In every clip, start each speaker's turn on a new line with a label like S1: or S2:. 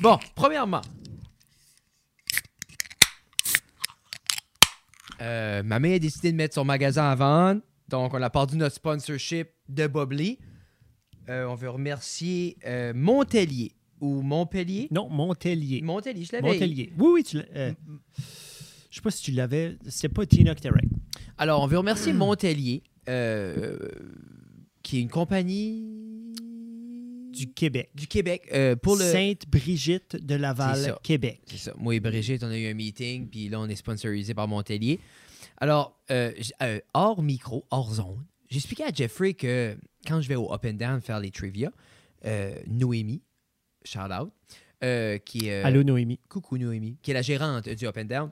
S1: Bon, premièrement, euh, ma mère a décidé de mettre son magasin à vendre. Donc, on a perdu notre sponsorship de Bob Lee. Euh, on veut remercier euh, Montpellier ou Montpellier.
S2: Non, Montpellier.
S1: Montpellier, Mm-hmm. je l'avais.
S2: Montpellier. Oui, oui, tu l'as. euh, je sais pas si tu l'avais. C'était pas Tina Terek.
S1: Alors, on veut remercier Montpellier, euh, qui est une compagnie
S2: Du Québec.
S1: du Québec euh, pour le.
S2: Sainte-Brigitte de
S1: C'est
S2: Laval,
S1: ça. C'est
S2: Québec.
S1: ça. Moi et Brigitte, on a eu un meeting, puis là, on est sponsorisé par Montpellier. Alors, euh, j- euh, hors micro, hors zone, j'expliquais à Jeffrey que quand je vais au Up and Down faire les trivia, euh, Noémie, shout out, euh, qui est. euh,
S2: Allô, Noémie.
S1: Coucou Noémie, qui est la gérante du Up and Down.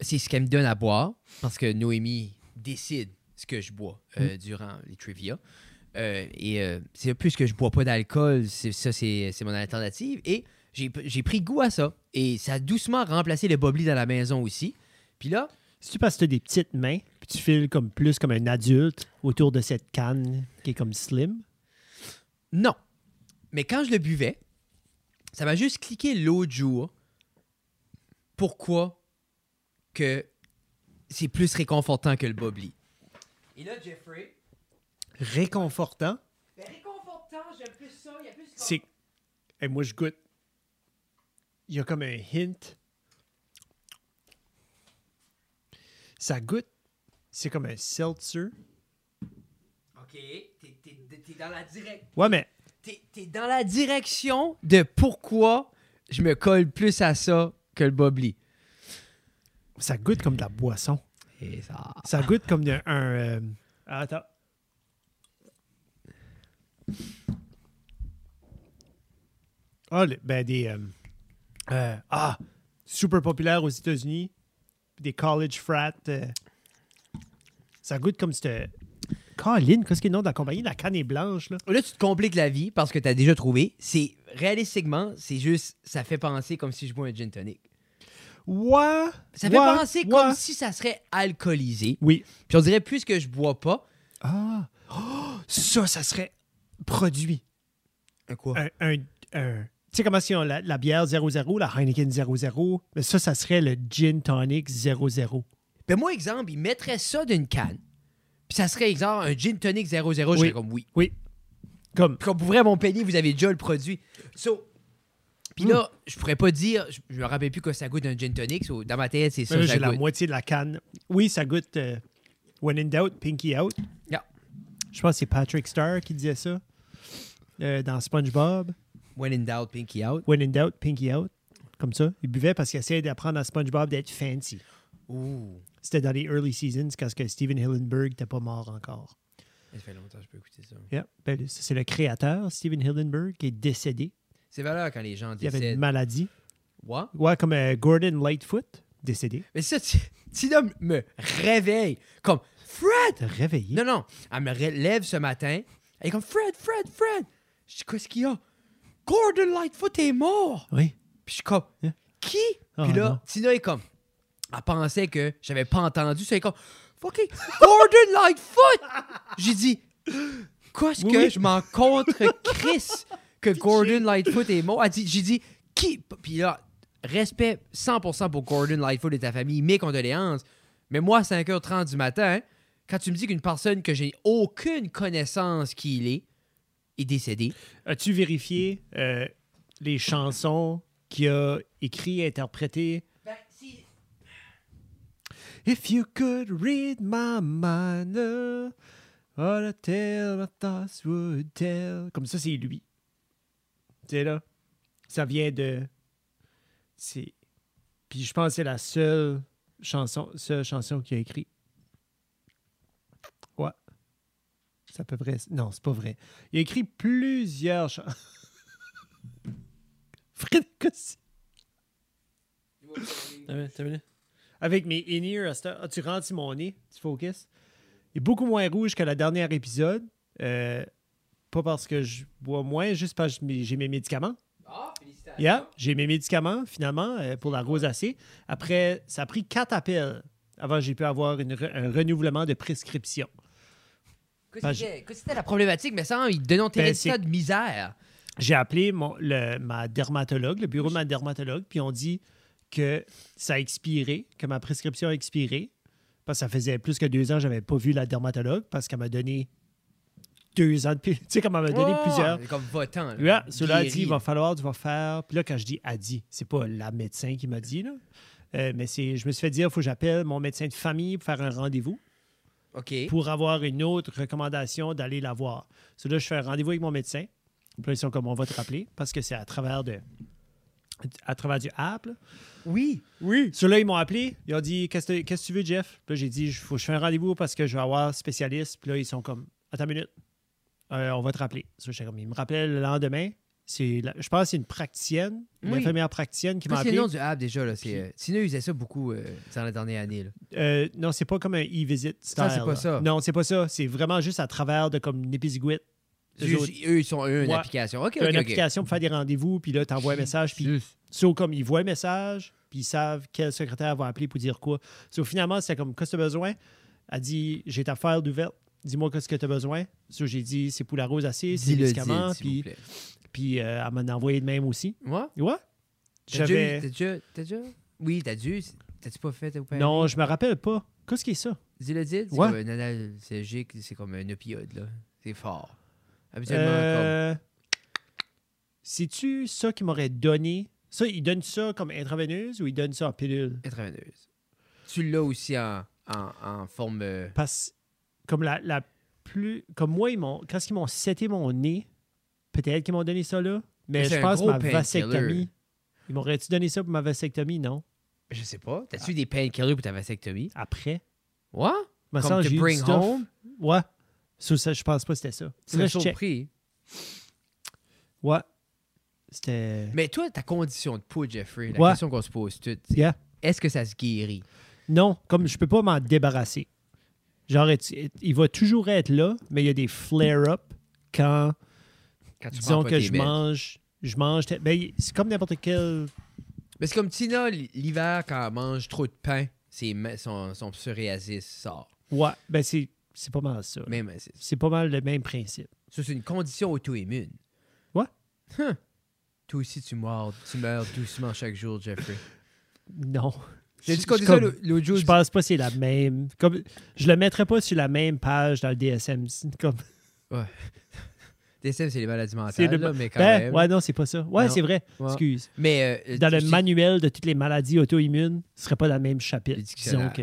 S1: C'est ce qu'elle me donne à boire parce que Noémie décide ce que je bois euh, durant les trivia. Euh, et euh, c'est plus que je bois pas d'alcool, c'est- ça c'est c'est mon alternative. Et j'ai j'ai pris goût à ça. Et ça a doucement remplacé le bobli dans la maison aussi. Puis là,
S2: Si tu passes t'as des petites mains, puis tu files comme plus comme un adulte autour de cette canne qui est comme slim.
S1: Non. Mais quand je le buvais, ça m'a juste cliqué l'autre jour pourquoi que c'est plus réconfortant que le Bobli. Et là, Jeffrey,
S2: Réconfortant.
S1: ben, réconfortant, j'aime plus ça, il y a plus
S2: C'est. et moi, je goûte. Il y a comme un hint. Ça goûte. C'est comme un seltzer.
S1: OK, t'es- t'es t'es dans la direct.
S2: Ouais, mais
S1: T'es t'es dans la direction de pourquoi je me colle plus à ça que le Bobli.
S2: ça goûte comme de la boisson.
S1: Et ça...
S2: Ça goûte comme de- un. euh, Attends. Ah, le- ben des. euh, euh, ah, super populaire aux États-Unis. Des college frat. euh, ça goûte comme c'était. Colin, qu'est-ce qu'il y a de la compagnie? La canne est blanche, là.
S1: Là, tu te compliques la vie parce que t'as déjà trouvé. C'est réalistiquement, c'est juste, ça fait penser comme si je bois un gin tonic.
S2: Ouais!
S1: Ça fait
S2: ouais,
S1: penser
S2: ouais.
S1: comme si ça serait alcoolisé.
S2: Oui.
S1: Puis on dirait plus que je bois pas.
S2: Ah! Oh, ça, ça serait produit.
S1: Un quoi?
S2: un, un- un- tu sais comment si on la, la bière 00, la Heineken 00, mais ça, ça serait le gin tonic 00.
S1: Ben moi, exemple, il mettrait ça d'une canne. Puis ça serait, exemple, un gin tonic 00. Je serais comme oui.
S2: Oui. Comme.
S1: Puis comme pour vrai, mon pénis, vous avez déjà le produit. So, puis
S2: Hmm.
S1: là, je pourrais pas dire, je, je me rappelle plus que ça goûte un gin tonic. so dans ma tête, c'est ça.
S2: Là,
S1: ça
S2: j'ai la
S1: goûte.
S2: moitié de la canne. Oui, ça goûte euh, When in Doubt, Pinky Out.
S1: Yeah.
S2: Je pense que c'est Patrick Starr qui disait ça euh, dans SpongeBob.
S1: When in doubt, pinky out.
S2: When in Doubt, Pinky Out. Comme ça. Il buvait parce qu'il essayait d'apprendre à SpongeBob d'être fancy.
S1: Ouh,
S2: C'était dans les early seasons quand ce que Steven Hillenburg n'était pas mort encore.
S1: ça fait longtemps que je peux écouter ça.
S2: Yeah. Ben, ça, c'est le créateur, Steven Hillenburg, qui est décédé.
S1: C'est valeur quand les gens
S2: Il y avait une
S1: décèdent.
S2: maladie.
S1: Ouais.
S2: Ouais, comme euh, Gordon Lightfoot, décédé.
S1: Mais ça, tu- Tina me réveille comme Fred!
S2: T'as réveillé.
S1: Non, non. Elle me relève ce matin. Elle est comme Fred, Fred, Fred. Je dis, qu'est-ce qu'il y a? Gordon Lightfoot est mort.
S2: Oui.
S1: Puis je suis comme,
S2: Hein?
S1: qui?
S2: Ah,
S1: Puis là,
S2: non.
S1: Tina est comme, elle pensait que j'avais pas entendu. Ça elle est comme, fucking Gordon Lightfoot. J'ai dit, qu'est-ce
S2: Oui,
S1: que
S2: oui.
S1: je m'en contre Chris que Gordon Lightfoot est mort? Elle dit, j'ai dit, qui? Puis là, respect 100% pour Gordon Lightfoot et ta famille, mes condoléances. Mais moi, à 5h30 du matin, quand tu me dis qu'une personne que j'ai aucune connaissance qui il est, est décédée,
S2: As-tu vérifié euh, les chansons qu'il a écrites et interprétées? If you could read my mind, uh, all the tale my thoughts would tell. Comme ça, c'est lui. Tu sais, là. Ça vient de. C'est. Puis je pense que c'est la seule chanson, seule chanson qu'il a écrite. Ouais. C'est à peu près. Non, c'est pas vrai. Il a écrit plusieurs chansons. Fred Cossé. Avec mes in-ear, à cette heure- ah, tu rentres sur mon nez, tu focuses. Il est beaucoup moins rouge que la dernière épisode. Euh, pas parce que je bois moins, juste parce que j'ai mes- j'ai mes médicaments.
S1: Ah, félicitations.
S2: Yeah, j'ai mes médicaments finalement euh, pour la rosacée. Après, ça a pris quatre appels avant que j'ai pu avoir une re- un renouvellement de prescription.
S1: Qu'est-ce
S2: Ben,
S1: que c'était- qu'est-ce que c'était la problématique, mais ça, hein, il dénoncent tes
S2: Ben,
S1: résultats
S2: c'est-
S1: de misère.
S2: j'ai appelé mon, le- ma dermatologue, le bureau de ma dermatologue, puis on dit que ça a expiré, que ma prescription a expiré, parce que ça faisait plus que deux ans que je n'avais pas vu la dermatologue, parce qu'elle m'a donné deux ans de plus. Tu sais, comme elle m'a donné
S1: Oh,
S2: plusieurs.
S1: Comme votant.
S2: Là, celui-là a dit,
S1: guéri.
S2: il va falloir, tu vas faire. Puis là, quand je dis a dit, c'est pas la médecin qui m'a dit, là. Euh, mais c'est, je me suis fait dire, il faut que j'appelle mon médecin de famille pour faire un rendez-vous
S1: OK.
S2: pour avoir une autre recommandation d'aller la voir. So, là, je fais un rendez-vous avec mon médecin. Puis là, ils sont comme, on va te rappeler parce que c'est à travers de à travers du app. là.
S1: Oui, oui.
S2: Ceux-là, ils m'ont appelé. Ils ont dit, qu'est-ce que qu'est-ce que tu veux, Jeff? Puis là, j'ai dit, faut que je fais un rendez-vous parce que je vais avoir spécialiste. Puis là, ils sont comme, attends une minute, Euh, on va te rappeler. So, j'étais comme, ils me rappellent le lendemain. C'est la- je pense que c'est une praticienne, une
S1: Oui.
S2: infirmière praticienne qui m'a
S1: Comment c'est le
S2: appelé.
S1: nom du app déjà? Là, c'est, euh, Sina usait ça beaucoup euh, dans la dernière année. là.
S2: Euh, non, c'est pas comme un e-visit
S1: Ça, c'est
S2: style,
S1: pas
S2: là.
S1: ça.
S2: Non, c'est pas ça. C'est vraiment juste à travers de comme Nipisiguit. Eux
S1: Eux,
S2: autres-
S1: eux, ils sont eux, une
S2: Ouais.
S1: application. OK,
S2: T'as
S1: OK,
S2: une
S1: OK.
S2: application pour faire des rendez-vous, puis là, t'envoies un message, puis
S1: Juste.
S2: so, comme ils voient un message, puis ils savent quel secrétaire va appeler pour dire quoi. So, finalement, c'était comme, qu'est-ce que t'as besoin? Elle dit, j'ai ta feuille d'ouverte, dis-moi qu'est-ce que t'as besoin. So, j'ai dit, c'est pour la rose acide, c'est des
S1: Dis-le,
S2: médicaments,
S1: dis-le, s'il vous
S2: puis,
S1: plaît.
S2: puis euh, elle m'en a envoyé de même aussi.
S1: Moi?
S2: Ouais?
S1: T'as déjà,
S2: J'avais...
S1: t'as déjà- t'as déjà- Oui, t'as dû. T'as-tu pas fait? t'as pas-
S2: Non, je me rappelle pas. Qu'est-ce qui est ça?
S1: Dis-le, dis C'est
S2: Ouais.
S1: comme un analgésique, c'est comme un opioide, là. C'est fort. Habituellement,
S2: Euh, C'est-tu ça qui m'aurait donné? Ça, ils donnent ça comme intraveineuse ou ils donnent ça en pilule?
S1: comme intraveineuse. Tu l'as aussi en, en, en forme... euh,
S2: Parce comme la, la plus. Comme moi, ils m'ont. Quand ils m'ont seté mon nez, peut-être qu'ils m'ont donné ça là. Mais
S1: Mais c'est
S2: je
S1: un
S2: pense
S1: gros
S2: ma vasectomie.
S1: painkiller.
S2: Ils m'auraient-tu donné ça pour ma vasectomie, non?
S1: Je sais pas.
S2: Ah.
S1: T'as-tu des painkillers pour ta vasectomie?
S2: Après?
S1: Ouais?
S2: Me
S1: Comme to
S2: semble j'ai eu du
S1: bring
S2: stuff.
S1: home?
S2: Ouais. Sur ça, je pense pas que c'était ça.
S1: Tu serais
S2: Là, je check.
S1: surpris.
S2: Ouais. C'était.
S1: Mais toi, ta condition de peau, Jeffrey, la
S2: Ouais.
S1: question qu'on se pose toutes, c'est
S2: Yeah.
S1: est-ce que ça se guérit?
S2: Non, comme je peux pas m'en débarrasser. Genre, et- il va toujours être là, mais il y a des flare-up quand,
S1: Quand tu prends
S2: disons
S1: pas
S2: que
S1: tes
S2: je
S1: meds?
S2: mange, je mange. tel- Ben, c'est comme n'importe quel.
S1: Mais c'est comme Tina, l- l'hiver, quand elle mange trop de pain, ses ma- son, son psoriasis sort.
S2: Ouais, ben c'est c'est pas mal ça.
S1: Même, c'est-
S2: C'est pas mal le même principe.
S1: ça, c'est une condition auto-immune.
S2: Ouais.
S1: Huh. Toi aussi, tu meurs, tu meurs doucement chaque jour, Jeffrey.
S2: Non.
S1: J'ai
S2: Je-
S1: dit qu'on
S2: je
S1: disait ça
S2: comme-
S1: l'au- l'autre jour.
S2: Je
S1: du-
S2: pense pas que c'est la même. Comme, je le mettrais pas sur la même page dans le DSM. c'est Comme,
S1: DSM, c'est les maladies
S2: c'est
S1: mentales,
S2: le-
S1: là, mais quand
S2: Ben,
S1: même.
S2: ouais, non, c'est pas ça. Ouais,
S1: Non.
S2: c'est vrai.
S1: Ouais.
S2: Excuse.
S1: Mais, euh,
S2: Dans
S1: tu-
S2: le
S1: tu-
S2: manuel de toutes les maladies auto-immunes, ce serait pas dans le même chapitre.
S1: Le
S2: Disons
S1: dictionnaire.
S2: que.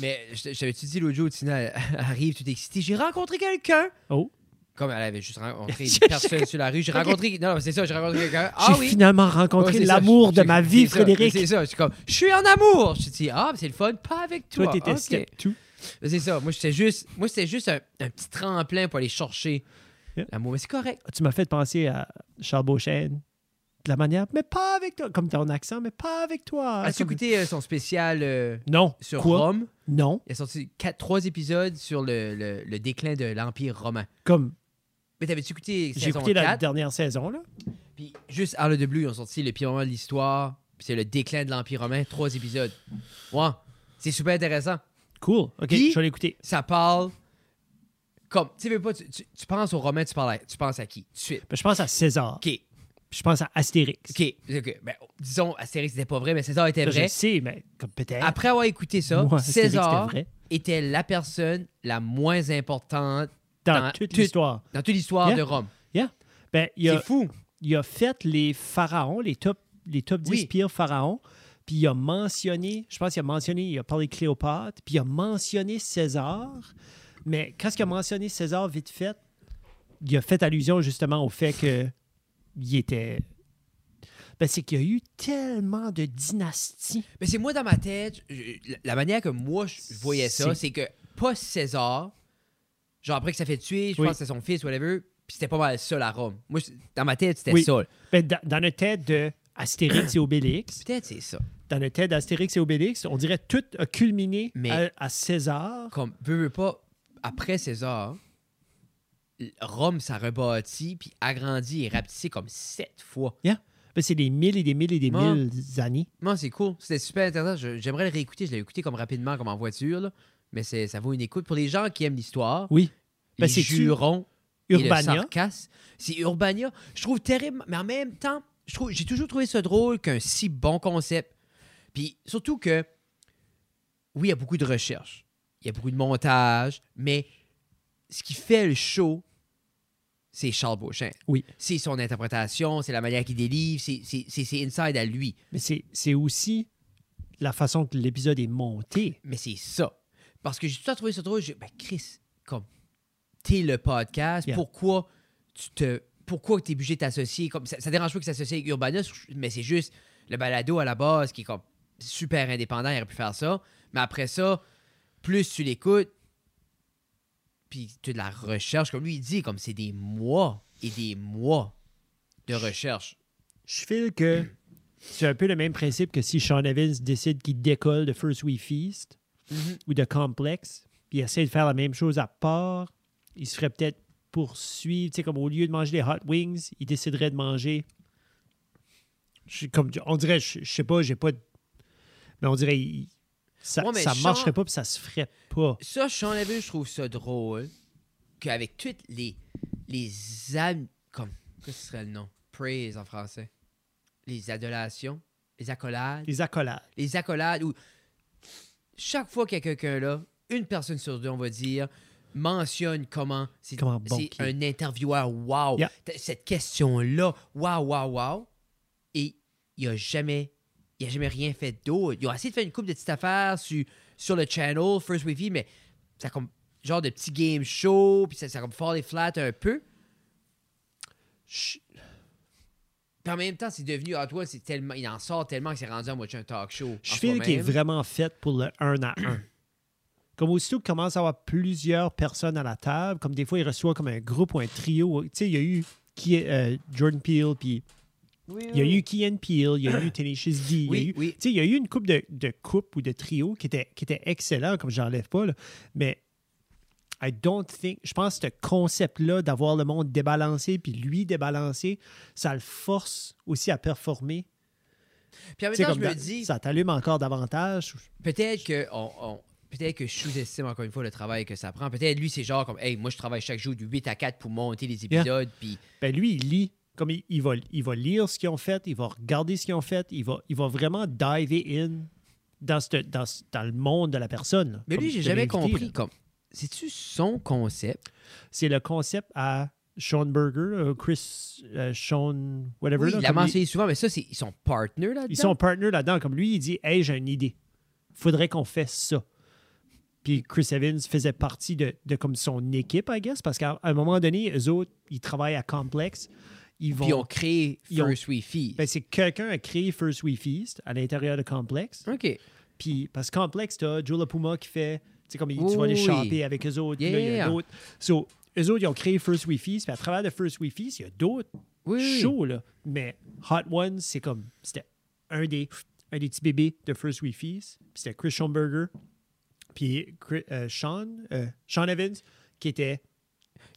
S1: mais je t'avais-tu dit l'autre jour, Tina elle- elle arrive, tu t'excites. J'ai rencontré quelqu'un.
S2: Oh.
S1: Comme elle avait juste rencontré
S2: Je-
S1: une
S2: je-
S1: personne sur la rue. J'ai
S2: Ok.
S1: rencontré. Non, non, c'est ça, j'ai rencontré quelqu'un. Ah
S2: J'ai
S1: oui.
S2: finalement rencontré
S1: Ouais, c'est ça,
S2: l'amour
S1: je-
S2: de
S1: je-
S2: ma vie,
S1: c'est ça,
S2: Frédéric.
S1: C'est ça, je suis comme, je suis en amour. Je dis, ah, c'est le fun, pas avec toi.
S2: Toi, t'étais
S1: Ok.
S2: step two.
S1: C'est ça, moi, c'était juste, moi, c'était juste un, un petit tremplin pour aller chercher
S2: Yeah.
S1: l'amour. Mais c'est correct.
S2: Tu m'as fait penser à Charles Beauchesne de la manière, mais pas avec toi. Comme ton accent, mais pas avec toi.
S1: As-tu
S2: Comme-
S1: écouté euh, son spécial euh,
S2: Non.
S1: sur
S2: Ah, Quoi?
S1: Rome?
S2: Non.
S1: Il a sorti quatre, trois épisodes sur le, le- le déclin de l'Empire romain.
S2: Comme
S1: Mais t'avais-tu écouté
S2: j'ai
S1: saison
S2: écouté la
S1: 4?
S2: dernière saison, là.
S1: Puis juste Out of the Blue, ils ont sorti le pire moment de l'histoire. Puis c'est le déclin de l'Empire romain, trois épisodes. Ouais, c'est super intéressant.
S2: Cool. OK,
S1: Puis-
S2: je vais l'écouter.
S1: ça parle comme tu sais pas tu, tu- tu penses aux Romains tu, parles à- tu penses à qui tout de suite
S2: Ben, Je pense à César.
S1: ok
S2: Je pense à Astérix.
S1: ok, ok. Ben, disons Astérix c'était pas vrai mais César était
S2: Ça, Je
S1: vrai
S2: sais, mais comme peut-être.
S1: après avoir écouté ça
S2: moi, Astérix,
S1: César
S2: c'était vrai.
S1: était la personne la moins importante
S2: Dans,
S1: dans
S2: toute
S1: tout-
S2: l'histoire.
S1: dans toute l'histoire
S2: Yeah.
S1: de Rome
S2: Yeah. Ben, il a,
S1: c'est fou
S2: il a fait les pharaons, les top, les top 10
S1: Oui.
S2: pires pharaons, puis il a mentionné, je pense qu'il a mentionné, il a parlé de Cléopâtre, puis il a mentionné César. Mais quand il a mentionné César vite fait, il a fait allusion justement au fait que il était. Ben, c'est qu'il y a eu tellement de dynasties.
S1: mais c'est moi dans ma tête je- la- la manière que moi je voyais ça
S2: C'est-
S1: c'est que post César genre après que ça fait tuer je
S2: Oui.
S1: pense que c'est son fils whatever puis c'était pas mal ça la Rome moi c'est- dans ma tête c'était
S2: Oui.
S1: ça
S2: Ben, dans, dans notre tête de Astérix et Obélix,
S1: peut-être c'est ça
S2: dans notre tête d'Astérix et Obélix, on dirait tout a culminé
S1: Mais-
S2: à, à César.
S1: comme veux, veux pas, après César, l- Rome, ça rebâtit, puis agrandit et rapetissé comme sept fois.
S2: Ben, c'est des mille et des mille et des
S1: Ouais.
S2: mille années.
S1: Non, c'est cool. C'était super intéressant. Je- J'aimerais le réécouter. Je l'ai écouté comme rapidement, comme en voiture, là. mais c'est- ça vaut une écoute. Pour les gens qui aiment l'histoire,
S2: Oui. Ben,
S1: les
S2: c'est-tu-
S1: jurons, Et le
S2: Urbania.
S1: sarcasme. C'est Urbania. Je trouve terrible, mais en même temps, je trouve, j'ai toujours trouvé ça drôle qu'un si bon concept. Puis surtout que, oui, il y a beaucoup de recherche, il y a beaucoup de montage, mais ce qui fait le show, c'est Charles Beauchamp.
S2: Oui.
S1: C'est son interprétation, c'est la manière qu'il délivre, c'est, c'est, c'est ses inside à lui.
S2: Mais c'est c'est aussi la façon que l'épisode est monté.
S1: Mais c'est ça. Parce que j'ai tout le temps trouvé ça drôle. J'ai, ben Chris, comme, t'es le podcast,
S2: Yeah.
S1: pourquoi tu te. Pourquoi t'es obligé de t'associer? Comme, ça, ça dérange pas que s'associe avec Urbanus, mais c'est juste le balado à la base qui est comme super indépendant, il aurait pu faire ça. Mais après ça, plus tu l'écoutes, puis tu as de la recherche, comme lui il dit, comme c'est des mois et des mois de recherche.
S2: Je file que c'est un peu le même principe que si Sean Evans décide qu'il décolle de First We Feast ou de Complex, puis il essaie de faire la même chose à part, il se ferait peut-être poursuivre. Tu sais, comme au lieu de manger des hot wings, il déciderait de manger. je suis comme, on dirait, je, je sais pas, j'ai pas. de- Mais on dirait, il- ça,
S1: Ouais, mais
S2: ça
S1: Sean-
S2: marcherait pas, puis ça se ferait pas.
S1: Ça, Sean Levin, je trouve ça drôle qu'avec toutes les les am- comme qu'est-ce que ce serait le nom praise en français les adulations les accolades
S2: Les accolades.
S1: les accolades où chaque fois qu'il y a quelqu'un là une personne sur deux on va dire mentionne comment c'est
S2: Comment bon
S1: c'est
S2: qu'il est.
S1: un intervieweur wow
S2: Yeah.
S1: T'as cette question là wow wow wow et il a jamais il a jamais rien fait d'autre ils ont essayé de faire une couple de petites affaires sur sur le channel First Wavy mais ça comme genre de petit game show puis ça, ça comme fall et flat un peu
S2: Je-
S1: puis en même temps c'est devenu Hot Wheels, c'est tellement il en sort tellement que c'est rendu à moitié un talk show
S2: Je
S1: en
S2: file qu'il est
S1: soi-même.
S2: vraiment fait pour le 1 à 1. comme aussitôt qu'il commence à avoir plusieurs personnes à la table, comme des fois il reçoit comme un groupe ou un trio. Tu sais, il y a eu qui est, euh, Jordan Peele, puis il y a eu Key and Peele, il y a eu Tenacious D. il y a
S1: Oui,
S2: eu-
S1: oui.
S2: Tu sais, il y a eu une coupe de, de coupes ou de trios qui étaient, qui étaient excellents, comme j'enlève pas, là. mais I don't think. Je pense que ce concept-là d'avoir le monde débalancé puis lui débalancé, ça le force aussi à performer.
S1: puis en même
S2: Tu sais,
S1: temps je
S2: comme
S1: me
S2: dans-
S1: dis
S2: ça t'allume encore davantage.
S1: Peut-être que on, on- peut-être que je sous-estime encore une fois le travail que ça prend. Peut-être lui c'est genre comme hey, moi je travaille chaque jour du 8 à 4 pour monter les épisodes puis
S2: ben lui, il lit. Comme il, il va, il va lire ce qu'ils ont fait, il va regarder ce qu'ils ont fait, il va, il va vraiment diver in dans, cette- dans, ce- dans le monde de la personne. là,
S1: mais
S2: comme
S1: lui j'ai
S2: de
S1: jamais
S2: l'invité,
S1: compris
S2: là.
S1: comme c'est-tu son concept
S2: C'est le concept à Sean Burger, euh, Chris, euh, Sean, whatever.
S1: Oui,
S2: là,
S1: il l'a
S2: comme
S1: mentionné souvent mais ça c'est ils sont partner là-dedans.
S2: ils sont partner là-dedans. Comme lui, il dit Hey, j'ai une idée. Faudrait qu'on fasse ça. Puis Chris Evans faisait partie de, de comme son équipe, I guess, parce qu'à à un moment donné, eux autres, ils travaillent à Complex. Ils vont.
S1: puis on crée
S2: ils ont-
S1: First We Feast.
S2: Ben, c'est que quelqu'un a créé First We Feast à l'intérieur de Complex.
S1: OK.
S2: Puis, parce que Complex, tu as Joe LaPuma qui fait, tu sais, comme il-
S1: Oui,
S2: tu vas les
S1: oui.
S2: shopper avec eux autres. puis là, il y a
S1: Yeah.
S2: un autre. So, eux autres, ils ont créé First We Feast. Puis, à travers de First We Feast, il y a d'autres
S1: Oui, oui.
S2: shows, là. Mais Hot Ones, c'est comme, c'était un des, un des petits bébés de First We Feast. Puis, c'était Chris Schomburger. Puis, Chris- euh, Sean, euh, Sean Evans, qui était.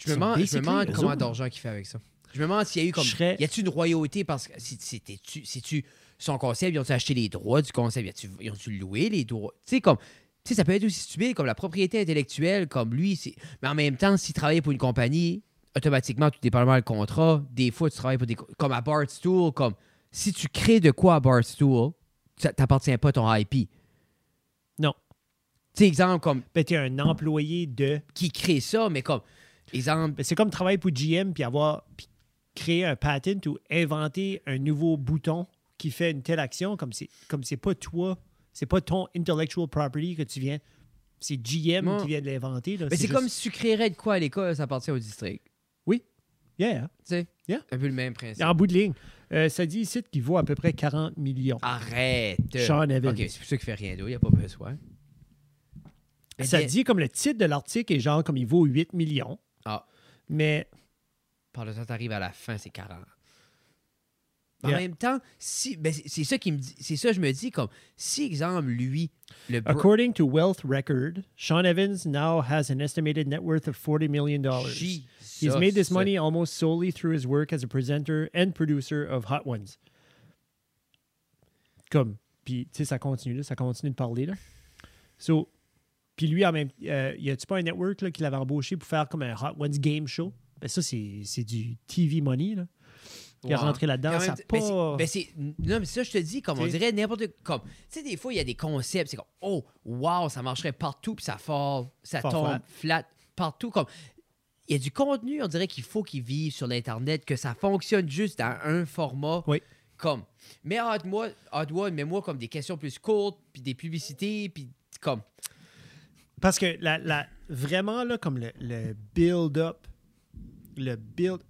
S1: Je me
S2: sont
S1: demande, je me
S2: basically
S1: demande
S2: eux
S1: comment
S2: autres.
S1: d'argent qu'il fait avec ça. Je me demande s'il y a eu comme.
S2: Je serais-
S1: Y a-tu une royauté parce que si tu si son concept, ils ont-tu acheté les droits du concept, y a-tu- ils ont-tu loué les droits? Tu sais, comme. Tu sais, ça peut être aussi stupide comme la propriété intellectuelle, comme lui. c'est- Mais en même temps, s'il travaille pour une compagnie, automatiquement, tout dépendamment du contrat, des fois, tu travailles pour des. co- Comme à Bartstool, comme. Si tu crées de quoi à Bartstool, ça t'appartient pas à ton IP.
S2: Non.
S1: Tu sais, exemple, comme.
S2: Ben, t'es un employé de.
S1: Qui crée ça, mais comme. Exemple.
S2: Ben, c'est comme travailler pour GM puis avoir puis créer un patent ou inventer un nouveau bouton qui fait une telle action comme c'est comme c'est pas toi, c'est pas ton intellectual property que tu viens c'est GM
S1: Ouais.
S2: qui vient de l'inventer là,
S1: Mais c'est
S2: juste-
S1: comme si tu créerais de quoi à l'école, ça appartient au district.
S2: Oui. Yeah. hein.
S1: Tu sais?
S2: Yeah.
S1: Un peu le même principe.
S2: En bout de ligne, euh, ça dit ici qu'il vaut à peu près 40 millions.
S1: Arrête.
S2: Sean Evans.
S1: OK, c'est pour ça qu'il fait rien d'autre. Il n'y a pas besoin. Mais
S2: ça
S1: bien-
S2: dit comme le titre de l'article est genre comme il vaut 8 millions.
S1: Ah.
S2: Mais
S1: Par le temps que t'arrives à la fin, c'est 40. Mais En
S2: Yeah.
S1: même temps, si, ben, c'est- c'est ça qui me dit- c'est ça je me dis comme si exemple lui le bro-
S2: according to Wealth Record, Sean Evans now has an estimated net worth of 40 million dollars.
S1: Jesus.
S2: He's made this money almost solely through his work as a presenter and producer of Hot Ones. Comme, puis tu sais, ça continue là, ça continue de parler là. So, puis lui, en même, euh, y a-tu pas un network là, qui l'avait embauché pour faire comme un Hot Ones game show? Ben, Mais ça, c'est c'est du TV money, là. Il est
S1: Ouais.
S2: rentré
S1: Quand
S2: là-dedans,
S1: même,
S2: ça a
S1: ben, c'est-
S2: pas...
S1: ben, c'est- non, mais ça, je te dis, comme on
S2: T'sais.
S1: dirait n'importe comme. Tu sais, des fois, il y a des concepts, c'est comme, oh, wow, ça marcherait partout, puis ça fall, ça
S2: Fall
S1: tombe flat. partout. Comme, il y a du contenu, on dirait qu'il faut qu'il vive sur l'Internet, que ça fonctionne juste dans un format.
S2: Oui.
S1: Comme, mais Hotmode, Hotmode, mets-moi comme des questions plus courtes, puis des publicités, puis comme.
S2: Parce que la, la- vraiment, là, comme le, le build-up, le build...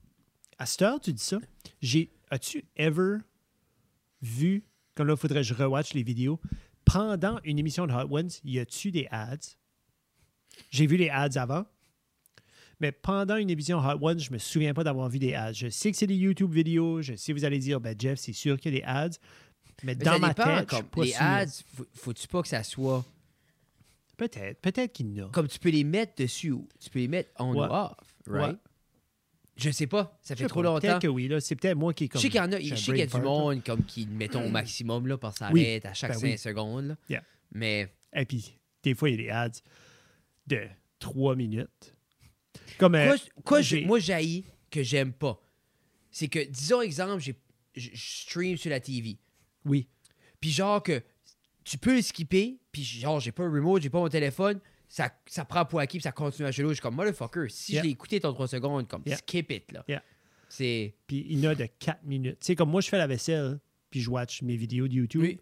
S2: À cette heure, tu dis ça, j'ai... As-tu ever vu, comme là, il faudrait que je rewatch les vidéos, pendant une émission de Hot Ones, y a-tu des ads? J'ai vu les ads avant, mais pendant une émission Hot Ones, je me souviens pas d'avoir vu des ads. Je sais que c'est des YouTube vidéos, je sais que vous allez dire, ben Jeff, c'est sûr qu'il y a des ads, mais,
S1: Mais
S2: dans
S1: ça
S2: ma
S1: dépend,
S2: tête, je suis
S1: comme,
S2: pas
S1: les
S2: sûr.
S1: ads, faut- faut-tu pas que ça soit.
S2: Peut-être, peut-être qu'il y en a.
S1: Comme tu peux les mettre dessus, ou tu peux les mettre on
S2: Ouais.
S1: ou off, right?
S2: Ouais.
S1: Je sais pas, ça
S2: Je
S1: fait
S2: sais
S1: trop
S2: pas,
S1: longtemps.
S2: Peut-être que oui, là. C'est peut-être moi qui est
S1: Je
S2: comme.
S1: sais qu'il y en a,
S2: j'ai
S1: je
S2: un
S1: sais qu'il y a
S2: brain
S1: du
S2: fart, là. Mm.
S1: monde comme qui, mettons, au maximum, là, parce que ça
S2: Oui.
S1: arrête à chaque
S2: Ben
S1: 5
S2: oui.
S1: secondes. là.
S2: Yeah.
S1: Mais
S2: Et puis, des fois, il y a des ads de 3 minutes. Comme. euh,
S1: quoi, quoi j'ai-
S2: j'ai-
S1: moi, j'haïs que j'aime pas, c'est que, disons exemple, j'ai- je je stream sur la TV,
S2: oui.
S1: puis genre que tu peux le skipper, puis genre, j'ai pas un remote, j'ai pas mon téléphone, ça, ça prend pour acquis, puis ça continue à chelou. Je suis comme, motherfucker, si
S2: Yeah.
S1: je l'ai écouté ton 3 secondes, comme,
S2: Yeah.
S1: skip it, là.
S2: Yeah.
S1: C'est...
S2: Puis il y en a de 4 minutes. Tu sais, comme moi, je fais la vaisselle, puis je watch mes vidéos de YouTube.
S1: Oui.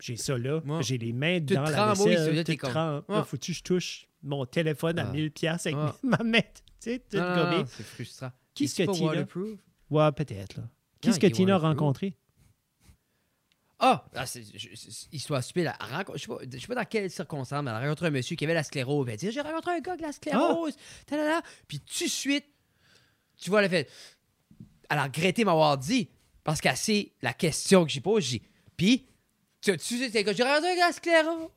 S2: J'ai ça là.
S1: Ouais.
S2: J'ai les mains
S1: Tout
S2: dans la
S1: tremble, oui, c'est
S2: vaisselle.
S1: là,
S2: tout
S1: t'es comme-
S2: tremble. Là,
S1: Ouais.
S2: faut-tu que je touche mon téléphone à
S1: Ah.
S2: 1000 pièces avec
S1: Ah.
S2: ma main? Tu sais, tout
S1: Non, non,
S2: gommé.
S1: non, Ah, C'est frustrant.
S2: Qui
S1: Est-ce
S2: est-ce que
S1: pas
S2: Tina?
S1: waterproof?
S2: Ouais, peut-être, là. Qu'est-ce
S1: il
S2: que
S1: est
S2: Tina a
S1: waterproof.
S2: rencontré?
S1: Ah! ah, c'est- je- c'est- histoire stupide. Elle rencontre- Je ne sais, pas dans quelles circonstances, mais elle a rencontré un monsieur qui avait la sclérose. Elle dit J'ai rencontré un gars avec la sclérose.
S2: Ah!
S1: Ta -da -da. Puis tout de suite, tu vois, elle a fait Elle a regretté m'avoir dit parce qu'elle sait la question que j'y pose. J'ai Puis, tu tu sais, c'est que j'ai rencontré un gars avec la sclérose.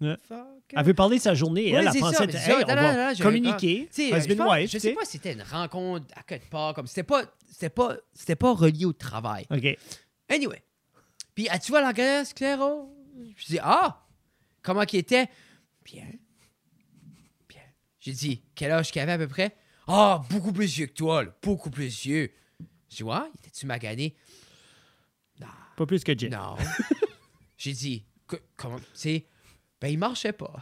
S2: Ouais.
S1: Fuck.
S2: Elle veut parler de sa journée.
S1: Ouais,
S2: elle, elle
S1: c'est
S2: pensait,
S1: ça, c'est ça.
S2: hey, on
S1: Non, non,
S2: va
S1: non, j'ai- Tu
S2: communiquer.
S1: sais, euh, je,
S2: Husband
S1: pense-
S2: wife.
S1: je
S2: tu
S1: sais pas si c'était une rencontre à quelque part, comme c'était pas, c'était pas, c'était pas relié au travail.
S2: OK.
S1: Anyway. Puis, as-tu vu la Grèce, Clairo? Je dis, ah, comment qu'il était? Bien. Bien. J'ai dit, quel âge qu'il avait à peu près? Ah, beaucoup plus vieux que toi, là, beaucoup plus vieux. Je dis, ouais, étais-tu magané?
S2: Pas plus que Jeff.
S1: Non. J'ai dit, Co- comment, tu sais, ben, il marchait pas.